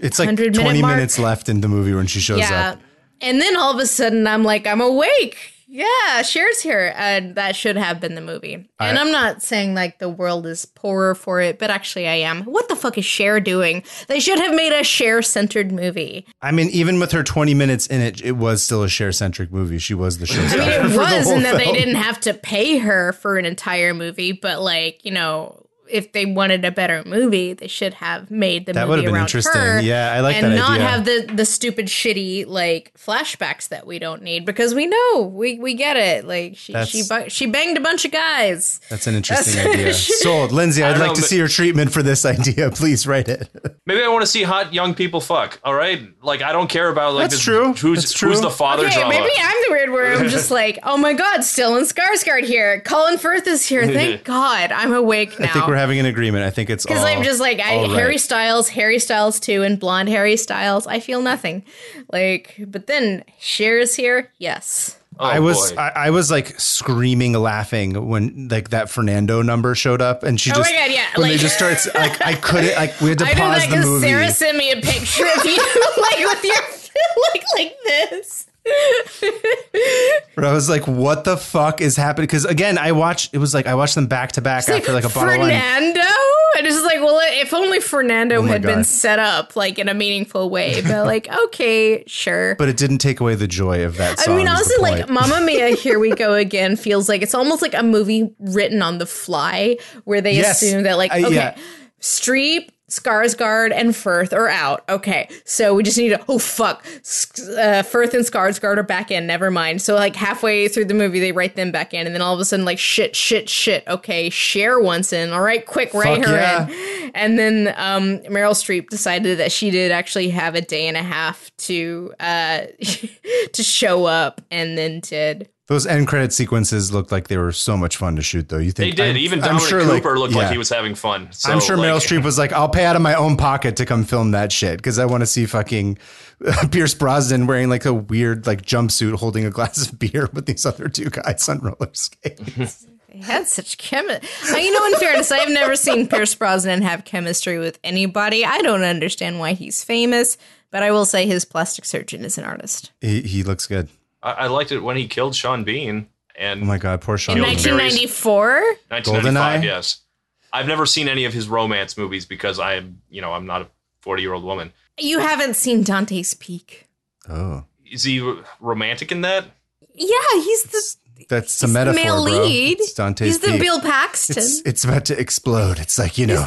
Speaker 1: it's like
Speaker 2: 100 minute
Speaker 1: 20
Speaker 2: mark.
Speaker 1: minutes left in the movie when she shows
Speaker 2: yeah.
Speaker 1: up.
Speaker 2: And then all of a sudden, I'm like, I'm awake. Yeah, Cher's here. And that should have been the movie. and
Speaker 1: I-
Speaker 2: I'm not saying like the world is poorer for it, but actually, I am. What the fuck is Cher doing? They should have made a Cher centered movie.
Speaker 1: I mean, even with her 20 minutes in it, it was still a Cher centric movie. She was the showstopper.
Speaker 2: I mean, it
Speaker 1: for the
Speaker 2: was,
Speaker 1: whole
Speaker 2: and that they
Speaker 1: film.
Speaker 2: didn't have to pay her for an entire movie, but like, you know. If they wanted a better movie, they should have made the
Speaker 1: That would
Speaker 2: movie
Speaker 1: have been
Speaker 2: around
Speaker 1: interesting.
Speaker 2: her.
Speaker 1: Yeah, I like
Speaker 2: and
Speaker 1: that
Speaker 2: not
Speaker 1: idea.
Speaker 2: have the the stupid shitty like flashbacks that we don't need because we know we we get it like she she
Speaker 1: That's-
Speaker 2: bu- she banged a bunch of guys
Speaker 1: That's an interesting
Speaker 2: That's-
Speaker 1: idea. Sold. Lindsay, I'd
Speaker 3: don't
Speaker 1: like
Speaker 3: know,
Speaker 1: to
Speaker 3: but-
Speaker 1: see your treatment for this idea. Please write it.
Speaker 3: Maybe I want to see hot young people fuck. All right, like I don't care about like
Speaker 1: That's
Speaker 3: this,
Speaker 1: true.
Speaker 3: Who's
Speaker 1: That's true.
Speaker 3: who's the father
Speaker 2: okay
Speaker 3: drama?
Speaker 2: maybe I'm the weird where I'm just like oh my god Stellan Skarsgård here Colin Firth is here thank God I'm awake
Speaker 1: I
Speaker 2: now
Speaker 1: think we're having an agreement. I think it's
Speaker 2: because
Speaker 1: all-
Speaker 2: I'm just like I,
Speaker 1: all Oh. right.
Speaker 2: Harry Styles, Harry Styles too, and blonde Harry Styles. I feel nothing, like. But then Cher is here. Yes,
Speaker 3: Oh,
Speaker 1: I was
Speaker 3: boy.
Speaker 1: I, I was like screaming laughing when like that Fernando number showed up and she
Speaker 2: Oh my
Speaker 1: just
Speaker 2: God, yeah,
Speaker 1: when they
Speaker 2: like-
Speaker 1: just starts like I couldn't like we had to
Speaker 2: I know
Speaker 1: pause
Speaker 2: that
Speaker 1: the
Speaker 2: because
Speaker 1: movie.
Speaker 2: Sarah sent me a picture of you like with your like like this.
Speaker 1: But I was like, what the fuck is happening? Because again, I watched it was like I watched them back to back after like a bottle of wine. Oh
Speaker 2: Fernando, and it's just like, well, if only Fernando
Speaker 1: my
Speaker 2: had been
Speaker 1: God.
Speaker 2: set up like in a meaningful way, but like, okay, sure.
Speaker 1: But it didn't take away the joy of that song.
Speaker 2: I mean,
Speaker 1: is the
Speaker 2: honestly, like
Speaker 1: point.
Speaker 2: Mamma Mia, Here We Go Again feels like it's almost like a movie written on the fly where they
Speaker 1: Yes.
Speaker 2: assume that, like,
Speaker 1: I-
Speaker 2: okay,
Speaker 1: yeah.
Speaker 2: Streep, Skarsgård, and Firth are out. Okay, so we just need to, oh, fuck. S- Uh, Firth and Skarsgård are back in. Never mind. So, like, halfway through the movie, they write them back in, and then all of a sudden, like, shit, shit, shit. Okay, Cher once in. All right, quick, write
Speaker 1: Fuck
Speaker 2: her
Speaker 1: yeah.
Speaker 2: in. And then um, Meryl Streep decided that she did actually have a day and a half to uh, to show up, and then did.
Speaker 1: Those end credit sequences looked like they were so much fun to shoot, though. You
Speaker 3: they
Speaker 1: think
Speaker 3: did.
Speaker 1: I'm-
Speaker 3: Even
Speaker 1: I'm
Speaker 3: Dominic
Speaker 1: sure,
Speaker 3: Cooper looked
Speaker 1: yeah.
Speaker 3: like he was having fun. So,
Speaker 1: I'm sure Meryl
Speaker 3: like,
Speaker 1: Streep was like, "I'll pay out of my own pocket to come film that shit because I want to see fucking Pierce Brosnan wearing like a weird like jumpsuit, holding a glass of beer with these other two guys on roller skates."
Speaker 2: They had such chemistry. You know, in fairness, I've never seen Pierce Brosnan have chemistry with anybody. I don't understand why he's famous, but I will say his plastic surgeon is an artist.
Speaker 1: he, he looks good.
Speaker 3: I, I liked it when he killed Sean Bean and
Speaker 1: Oh my god, poor Sean.
Speaker 2: In
Speaker 3: It was very-
Speaker 2: 1994,
Speaker 3: 1995.
Speaker 1: GoldenEye?
Speaker 3: Yes, I've never seen any of his romance movies because I'm you know I'm not a 40 year old woman.
Speaker 2: you haven't seen Dante's Peak.
Speaker 1: oh,
Speaker 3: Is he r- romantic in that?
Speaker 2: Yeah, he's the
Speaker 1: that's a
Speaker 2: he's the
Speaker 1: metaphor,
Speaker 2: male
Speaker 1: bro.
Speaker 2: lead.
Speaker 1: It's Dante's
Speaker 2: he's the
Speaker 1: Peak.
Speaker 2: Bill Paxton.
Speaker 1: It's, it's about to explode. It's like you know.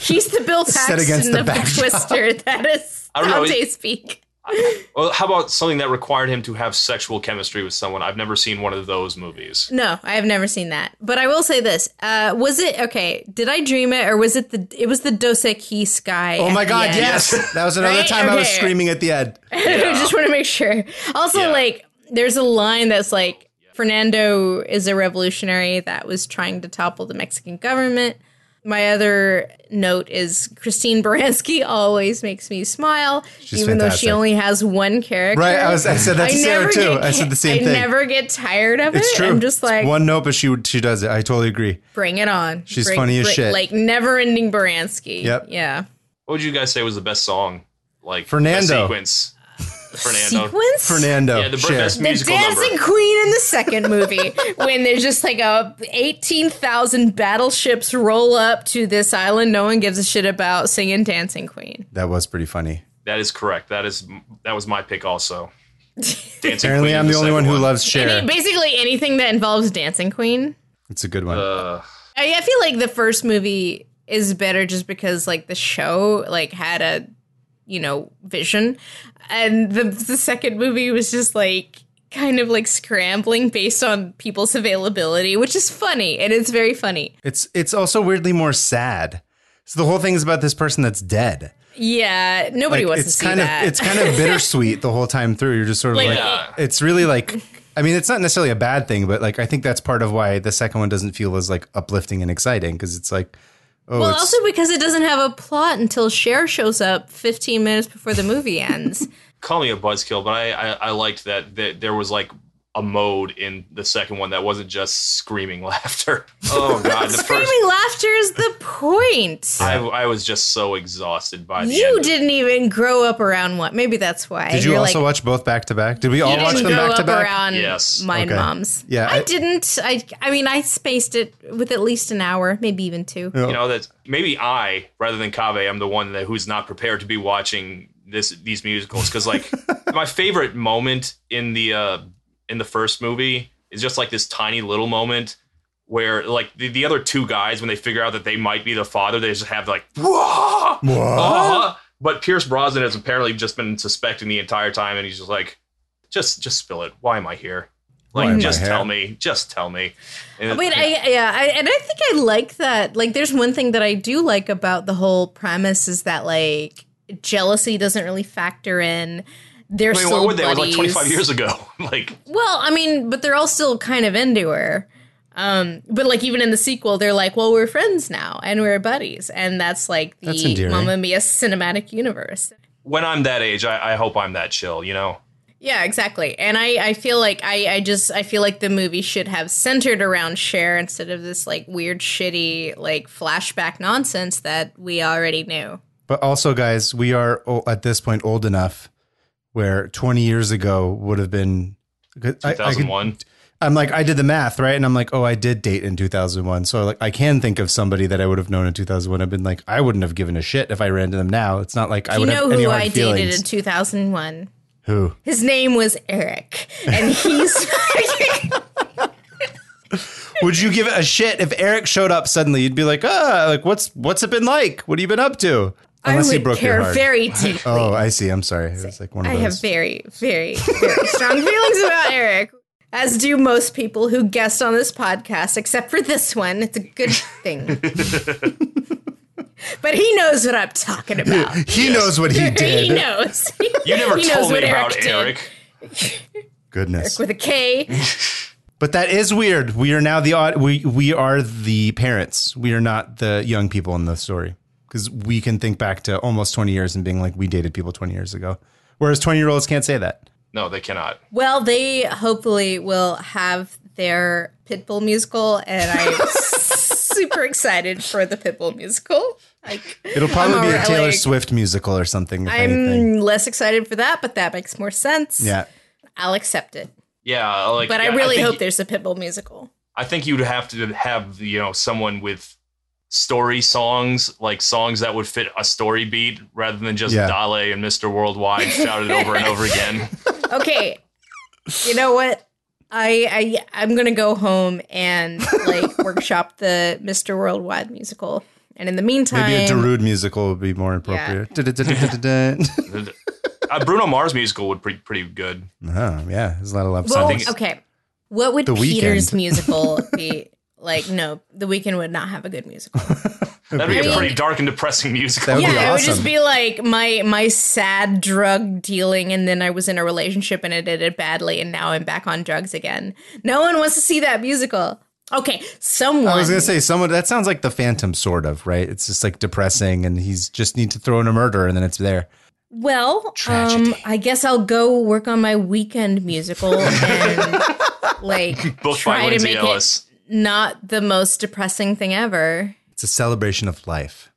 Speaker 2: he's the Bill
Speaker 1: Set
Speaker 2: Paxton
Speaker 1: against the
Speaker 2: of the
Speaker 1: backdrop.
Speaker 2: Twister. That is
Speaker 3: I don't know.
Speaker 2: Dante's Peak.
Speaker 3: Well, how about something that required him to have sexual chemistry with someone? I've never seen one of those movies.
Speaker 2: No, I have never seen that. But I will say this: uh, was it okay? Did I dream it, or was it the? It was the Dos Equis sky.
Speaker 1: Oh
Speaker 2: at
Speaker 1: my
Speaker 2: the
Speaker 1: god,
Speaker 2: end.
Speaker 1: yes. That was another
Speaker 2: Right?
Speaker 1: time I was
Speaker 2: Okay.
Speaker 1: screaming at the end.
Speaker 2: I just want to make sure. Also,
Speaker 3: Yeah.
Speaker 2: like, there's a line that's like, Fernando is a revolutionary that was trying to topple the Mexican government. My other note is Christine Baranski always makes me smile,
Speaker 1: She's
Speaker 2: even though
Speaker 1: fantastic.
Speaker 2: she only has one character.
Speaker 1: Right, I was- I said that to Sarah,
Speaker 2: never
Speaker 1: too.
Speaker 2: get
Speaker 1: I said the same
Speaker 2: I
Speaker 1: thing.
Speaker 2: never get tired of
Speaker 1: It's
Speaker 2: it.
Speaker 1: true.
Speaker 2: I'm just
Speaker 1: It's
Speaker 2: like,
Speaker 1: one note, but she would- she does it. I totally agree.
Speaker 2: bring it on.
Speaker 1: She's
Speaker 2: Bring-
Speaker 1: funny as
Speaker 2: bring-
Speaker 1: shit.
Speaker 2: Like never ending Baranski.
Speaker 1: Yep.
Speaker 2: Yeah.
Speaker 3: What would you guys say was the best song? Like best
Speaker 1: Fernando.
Speaker 3: sequence. Fernando.
Speaker 2: Sequence.
Speaker 1: Fernando.
Speaker 3: Yeah, the
Speaker 1: Cher.
Speaker 3: best
Speaker 2: the
Speaker 3: musical
Speaker 2: dancing
Speaker 3: number.
Speaker 2: queen in the second movie when there's just like a 18,000 battleships roll up to this island no one gives a shit about singing dancing queen
Speaker 1: That was pretty funny.
Speaker 3: That is correct. That is that was my pick also. Dancing
Speaker 1: Apparently,
Speaker 3: Queen
Speaker 1: I'm
Speaker 3: is
Speaker 1: the only
Speaker 3: second
Speaker 1: one who loves Cher.
Speaker 2: Any- basically anything that involves dancing queen
Speaker 1: It's a good one.
Speaker 3: Uh,
Speaker 2: I, I feel like the first movie is better just because like the show like had a you know vision and the the second movie was just like kind of like scrambling based on people's availability which is funny and it's very funny
Speaker 1: It's it's also weirdly more sad. So the whole thing is about this person that's dead.
Speaker 2: Yeah, nobody
Speaker 1: Like,
Speaker 2: wants
Speaker 1: it's
Speaker 2: to see
Speaker 1: kind
Speaker 2: that.
Speaker 1: of it's kind of bittersweet the whole time through. You're just sort of like,
Speaker 2: Like,
Speaker 3: Yeah.
Speaker 1: it's really like I mean, it's not necessarily a bad thing, but like I think that's part of why the second one doesn't feel as like uplifting and exciting because it's like oh
Speaker 2: well,
Speaker 1: it's,
Speaker 2: also because it doesn't have a plot until Cher shows up 15 minutes before the movie ends.
Speaker 3: call me a buzzkill, but I, I I liked that that there was like a mode in the second one that wasn't just screaming laughter. Oh god, the first
Speaker 2: Screaming laughter is the point.
Speaker 3: I, I was just so exhausted by the end
Speaker 2: You
Speaker 3: of-
Speaker 2: didn't even grow up around what? Maybe that's why.
Speaker 1: did you
Speaker 2: You're
Speaker 1: also
Speaker 2: like,
Speaker 1: watch both back to back? Did we all
Speaker 2: "You
Speaker 1: watch
Speaker 2: didn't
Speaker 1: them
Speaker 2: grow
Speaker 1: back to
Speaker 2: up
Speaker 1: back?
Speaker 2: around
Speaker 3: Yes.
Speaker 2: mine
Speaker 1: Okay.
Speaker 2: mom's.
Speaker 1: Yeah,
Speaker 2: I,
Speaker 1: I-
Speaker 2: didn't. I I mean, I spaced it with at least an hour, maybe even two.
Speaker 1: Yeah.
Speaker 3: you know that maybe I, rather than Kaveh, I'm the one that who's not prepared to be watching this these musicals because like my favorite moment in the uh in the first movie is just like this tiny little moment where like the, the other two guys when they figure out that they might be the father they just have like Whoa! Uh-huh. but Pierce Brosnan has apparently just been suspecting the entire time and he's just like just just spill it why am I here
Speaker 1: Why
Speaker 3: like
Speaker 1: am I
Speaker 3: just
Speaker 1: here?
Speaker 3: tell me just tell me and
Speaker 2: Wait, I yeah, I, and I think I like that. Like, there's one thing that I do like about the whole premise is that like jealousy doesn't really factor in. They're
Speaker 3: I mean,
Speaker 2: still
Speaker 3: what would they? It was like
Speaker 2: buddies.
Speaker 3: 25 years ago. like,
Speaker 2: Well, I mean, but they're all still kind of into her. Um, but like even in the sequel, they're like, "Well, we're friends now, and we're buddies," and that's like the
Speaker 1: That's endearing.
Speaker 2: Mamma Mia cinematic universe.
Speaker 3: when I'm that age, I, I hope I'm that chill, you know?
Speaker 2: Yeah, exactly. And I, I feel like I, I just I feel like the movie should have centered around Cher instead of this like weird shitty like flashback nonsense that we already knew.
Speaker 1: But also, guys, we are o- at this point old enough where 20 years ago would have been. I, I could,
Speaker 3: 2001.
Speaker 1: I'm like, I did the math, right? And I'm like, oh, I did date in 2001. So like, I can think of somebody that I would have known in 2001. I've been like, I wouldn't have given a shit if I ran to them now. It's not like I
Speaker 2: Do you
Speaker 1: would have
Speaker 2: know
Speaker 1: any
Speaker 2: who
Speaker 1: hard
Speaker 2: I dated
Speaker 1: feelings.
Speaker 2: in two thousand one?
Speaker 1: who?
Speaker 2: His name was Eric, and he's
Speaker 1: Would you give a shit if Eric showed up suddenly? You'd be like, ah, like what's what's it been like? What have you been up to?
Speaker 2: I
Speaker 1: Unless he
Speaker 2: would
Speaker 1: broke your
Speaker 2: care
Speaker 1: heart.
Speaker 2: very deeply.
Speaker 1: oh, I see. I'm sorry. It was like one of
Speaker 2: I
Speaker 1: those.
Speaker 2: have very, very, very strong feelings about Eric, as do most people who guest on this podcast, except for this one. It's a good thing. but he knows what I'm talking about.
Speaker 1: he knows what he did.
Speaker 2: he knows.
Speaker 3: You never
Speaker 2: He knows
Speaker 3: told me
Speaker 2: what
Speaker 3: about
Speaker 2: Eric did.
Speaker 3: Eric.
Speaker 1: Goodness.
Speaker 2: With a K.
Speaker 1: But that is weird. We are now the odd. We we are the parents. We are not the young people in the story because we can think back to almost twenty years and being like we dated people twenty years ago, whereas twenty year olds can't say that.
Speaker 3: No, they cannot.
Speaker 2: Well, they hopefully will have their Pitbull musical, and I'm super excited for the Pitbull musical. Like,
Speaker 1: It'll probably
Speaker 2: I'm
Speaker 1: be a
Speaker 2: already-
Speaker 1: Taylor
Speaker 2: like,
Speaker 1: Swift musical or something. If anything.
Speaker 2: I'm less excited for that, but that makes more sense.
Speaker 1: Yeah.
Speaker 2: I'll accept it.
Speaker 3: Yeah, like,
Speaker 2: But
Speaker 3: yeah,
Speaker 2: I really
Speaker 3: think-
Speaker 2: hope there's a Pitbull musical.
Speaker 3: I think you'd have to have you know someone with story songs, like songs that would fit a story beat, rather than just
Speaker 1: Yeah.
Speaker 3: Dale and Mr. Worldwide shouted over and over again.
Speaker 2: Okay. you know what? I, I I'm gonna go home and like workshop the Mr. Worldwide musical. And in the meantime,
Speaker 1: Maybe a Darude musical would be more appropriate. Da-da-da-da-da-da.
Speaker 3: uh, Bruno Mars musical would be pretty good.
Speaker 1: Oh, yeah, there's a lot of love
Speaker 2: Well,
Speaker 1: songs.
Speaker 3: it's-
Speaker 2: okay. What would
Speaker 1: The
Speaker 2: Peter's
Speaker 1: Weeknd.
Speaker 2: musical be? Like, no, The Weeknd would not have a good musical.
Speaker 3: That'd be
Speaker 2: I
Speaker 3: a
Speaker 2: mean-
Speaker 3: pretty dark and depressing musical.
Speaker 1: That would
Speaker 2: yeah,
Speaker 1: be
Speaker 2: it would just
Speaker 1: awesome.
Speaker 2: be like my my sad drug dealing, and then I was in a relationship and I did it badly, and now I'm back on drugs again. No one wants to see that musical. Okay, someone.
Speaker 1: I was gonna say someone that sounds like the Phantom, sort of, right? It's just like depressing, and he's just need to throw in a murder, and then it's there.
Speaker 2: Well, um, I guess I'll go work on my weekend musical and like
Speaker 3: Book by
Speaker 2: try to
Speaker 3: Lindsay
Speaker 2: make
Speaker 3: Ellis.
Speaker 2: it not the most depressing thing ever.
Speaker 1: It's a celebration of life.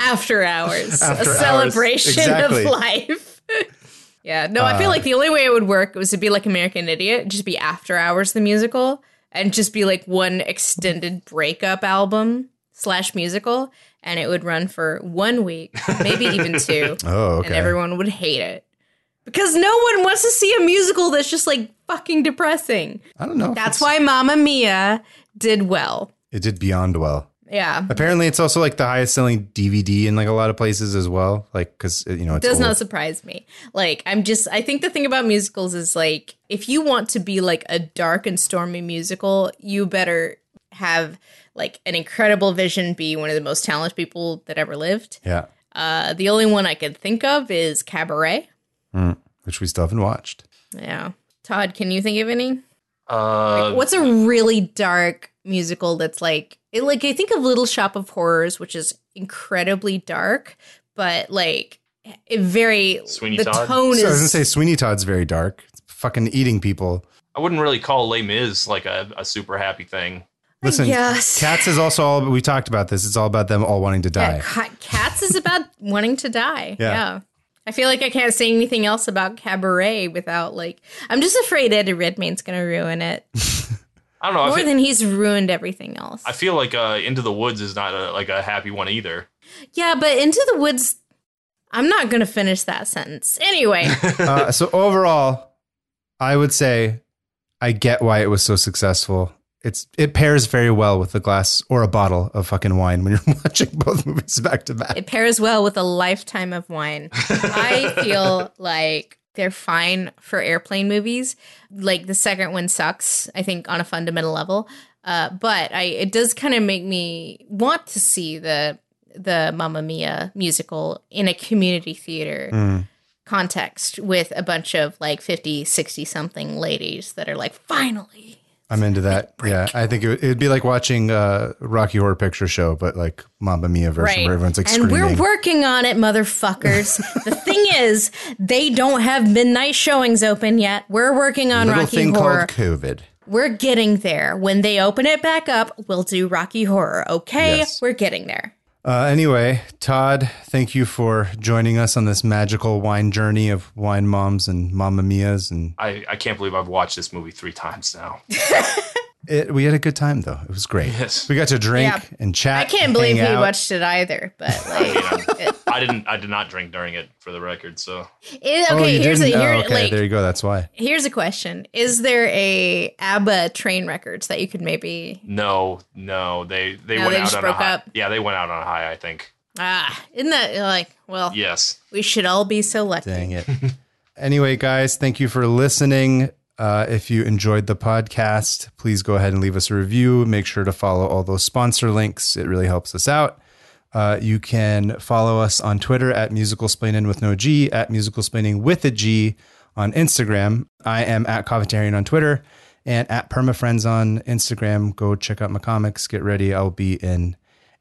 Speaker 2: After hours,
Speaker 1: After
Speaker 2: a
Speaker 1: hours.
Speaker 2: celebration
Speaker 1: Exactly. Ah.
Speaker 2: of life. yeah, no, I feel like the only way it would work was to be like American Idiot, just be After Hours the musical, and just be like one extended breakup album slash musical, and it would run for one week, maybe even two.
Speaker 1: Oh, okay.
Speaker 2: and everyone would hate it because no one wants to see a musical that's just like fucking depressing.
Speaker 1: I don't know. if it's-
Speaker 2: That's why Mamma Mia did well.
Speaker 1: it did beyond well.
Speaker 2: Yeah,
Speaker 1: Apparently, it's also like the highest selling DVD in like a lot of places as well. Like because you know it's
Speaker 2: does
Speaker 1: old.
Speaker 2: not surprise me. Like I'm just I think the thing about musicals is like if you want to be like a dark and stormy musical, you better have like an incredible vision, be one of the most talented people that ever lived.
Speaker 1: yeah,
Speaker 2: Uh, the only one I could think of is Cabaret.
Speaker 1: which we still haven't watched.
Speaker 2: Yeah. Todd, can you think of any?
Speaker 3: Uh,
Speaker 2: What's a really dark musical that's like it, like I think of Little Shop of Horrors, which is incredibly dark, but like it very
Speaker 3: Sweeney
Speaker 2: the
Speaker 3: Todd?
Speaker 2: tone
Speaker 1: So I was gonna
Speaker 2: is
Speaker 1: say Sweeney Todd's very dark. It's fucking eating people.
Speaker 3: I wouldn't really call Les Mis like a, a super happy thing.
Speaker 1: Listen,
Speaker 2: guess.
Speaker 1: Cats is also all we talked about this. It's all about them all wanting to die.
Speaker 2: yeah, Ca- Cats is about wanting to die.
Speaker 1: Yeah.
Speaker 2: Yeah. I feel like I can't say anything else about Cabaret without like I'm just afraid Eddie Redmayne's gonna ruin it
Speaker 3: I don't know. I
Speaker 2: more
Speaker 3: feel,
Speaker 2: than he's ruined everything else.
Speaker 3: I feel like uh, Into the Woods is not a, like a happy one either.
Speaker 2: yeah, but Into the Woods. I'm not gonna finish that sentence anyway.
Speaker 1: uh, so overall, I would say I get why it was so successful. It's it pairs very well with a glass or a bottle of fucking wine when you're watching both movies back to back.
Speaker 2: It pairs well with a lifetime of wine. I feel like they're fine for airplane movies. Like the second one sucks, I think, on a fundamental level. Uh, but I, it does kind of make me want to see the the Mamma Mia musical in a community theater
Speaker 1: Mm.
Speaker 2: context with a bunch of like 50, 60 something ladies that are like, finally.
Speaker 1: I'm into that. Yeah, I think it would, it'd be like watching uh, Rocky Horror Picture Show, but like Mamma Mia version where everyone's like
Speaker 2: and
Speaker 1: screaming.
Speaker 2: we're working on it, motherfuckers. the thing is, they don't have midnight showings open yet. We're working on
Speaker 1: Little
Speaker 2: Rocky
Speaker 1: thing
Speaker 2: Horror.
Speaker 1: called COVID.
Speaker 2: We're getting there. When they open it back up, we'll do Rocky Horror. Okay,
Speaker 1: Yes.
Speaker 2: we're getting there.
Speaker 1: Uh, anyway, Todd, thank you for joining us on this magical wine journey of wine moms and Mamma Mias, and
Speaker 3: I, I can't believe I've watched this movie three times now.
Speaker 1: it, we had a good time though. It was great.
Speaker 3: Yes.
Speaker 1: We got to drink
Speaker 2: Yeah.
Speaker 1: and chat.
Speaker 2: I can't
Speaker 1: hang
Speaker 2: believe we
Speaker 1: out.
Speaker 2: watched it either. But like, it,
Speaker 3: I didn't. I did not drink during it, for the record. So
Speaker 2: it- okay,
Speaker 1: Oh, you
Speaker 2: here's a
Speaker 1: didn't?
Speaker 2: here,
Speaker 1: oh, okay,
Speaker 2: like
Speaker 1: there you go. That's why.
Speaker 2: here's a question: Is there a ABBA train records that you could maybe
Speaker 3: no, no, they they
Speaker 2: No,
Speaker 3: went
Speaker 2: they
Speaker 3: out
Speaker 2: just
Speaker 3: on a
Speaker 2: broke
Speaker 3: high.
Speaker 2: up.
Speaker 3: Yeah, they went out on a high. I think.
Speaker 2: ah? Isn't that like well?
Speaker 3: Yes.
Speaker 2: We should all be so lucky.
Speaker 1: Dang it. anyway, guys, thank you for listening. Uh, if you enjoyed the podcast, please go ahead and leave us a review. Make sure to follow all those sponsor links. It really helps us out. Uh, you can follow us on Twitter at musicalsplaining with no G, at musicalsplaining with a G on Instagram. I am at Covetarian on Twitter and at permafriends on Instagram. Go check out my comics. Get ready. I'll be in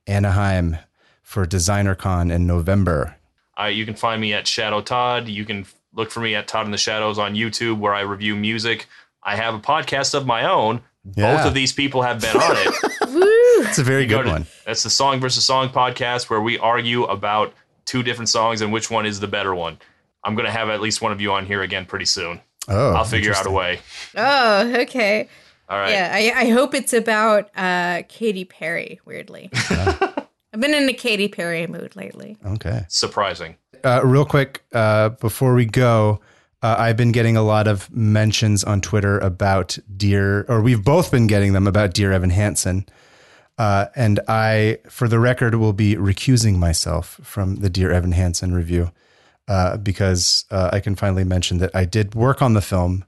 Speaker 1: Anaheim for Designer Con in November.
Speaker 3: Uh, you can find me at Shadow Todd. You can f- look for me at Todd in the Shadows on YouTube, where I review music. I have a podcast of my own. Both
Speaker 1: Yeah.
Speaker 3: of these people have been on it.
Speaker 1: It's a very
Speaker 3: Go
Speaker 1: good
Speaker 3: to-
Speaker 1: one.
Speaker 3: That's the Song versus Song podcast, where we argue about two different songs and which one is the better one. I'm gonna have at least one of you on here again pretty soon.
Speaker 1: Oh,
Speaker 3: I'll figure out a way.
Speaker 2: Oh, okay.
Speaker 3: All right.
Speaker 2: Yeah, I, I hope it's about uh, Katy Perry, weirdly. I've been in a Katy Perry mood lately.
Speaker 1: Okay.
Speaker 3: Surprising.
Speaker 1: Uh, real quick, uh, before we go, uh, I've been getting a lot of mentions on Twitter about dear, or we've both been getting them about dear Evan Hansen. Uh, and I, for the record, will be recusing myself from the dear Evan Hansen review. uh, because uh, I can finally mention that I did work on the film.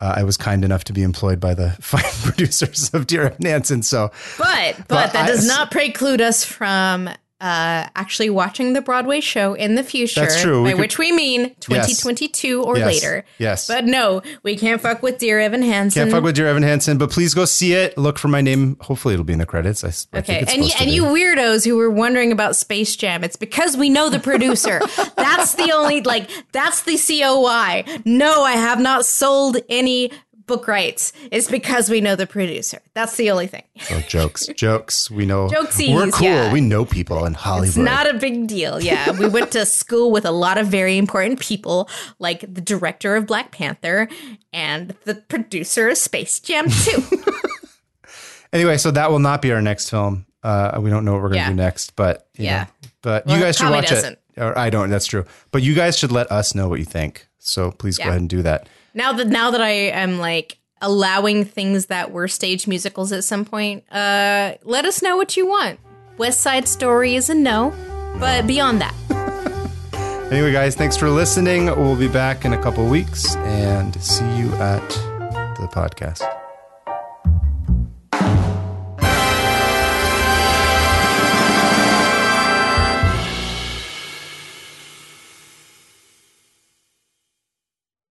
Speaker 1: Uh, I was kind enough to be employed by the fine producers of Dear Evan Hansen. So
Speaker 2: But but,
Speaker 1: But
Speaker 2: that
Speaker 1: I-
Speaker 2: does not preclude us from uh, actually watching the Broadway show in the future.
Speaker 1: That's true. We
Speaker 2: By
Speaker 1: could-
Speaker 2: which we mean 2022 or
Speaker 1: Yes.
Speaker 2: later.
Speaker 1: Yes.
Speaker 2: But no, we can't fuck with Dear Evan Hansen.
Speaker 1: can't fuck with Dear Evan Hansen, but please go see it. Look for my name. Hopefully, it'll be in the credits. I, s- I
Speaker 2: Okay,
Speaker 1: think it's
Speaker 2: and y-
Speaker 1: supposed to
Speaker 2: and
Speaker 1: be.
Speaker 2: you weirdos who were wondering about Space Jam, it's because we know the producer. that's the only like that's the COI. No, I have not sold any book rights. It's because we know the producer. That's the only thing.
Speaker 1: Oh, jokes, jokes. We know
Speaker 2: Jokesies,
Speaker 1: We're cool.
Speaker 2: yeah.
Speaker 1: We know people in Hollywood.
Speaker 2: It's not a big deal. Yeah, we went to school with a lot of very important people, like the director of Black Panther and the producer of Space Jam 2.
Speaker 1: anyway, so that will not be our next film. Uh, we don't know what we're going to
Speaker 2: Yeah.
Speaker 1: do next, but you
Speaker 2: Yeah.
Speaker 1: know, but
Speaker 2: Well,
Speaker 1: you guys should
Speaker 2: Tommy
Speaker 1: watch
Speaker 2: doesn't.
Speaker 1: it. Or I don't. That's true. But you guys should let us know what you think. So please go
Speaker 2: Yeah.
Speaker 1: ahead and do that.
Speaker 2: now that now that I am like allowing things that were stage musicals at some point, uh, let us know what you want. West Side Story is a no, but beyond that,
Speaker 1: Anyway, guys, thanks for listening. We'll be back in a couple weeks and see you at the podcast.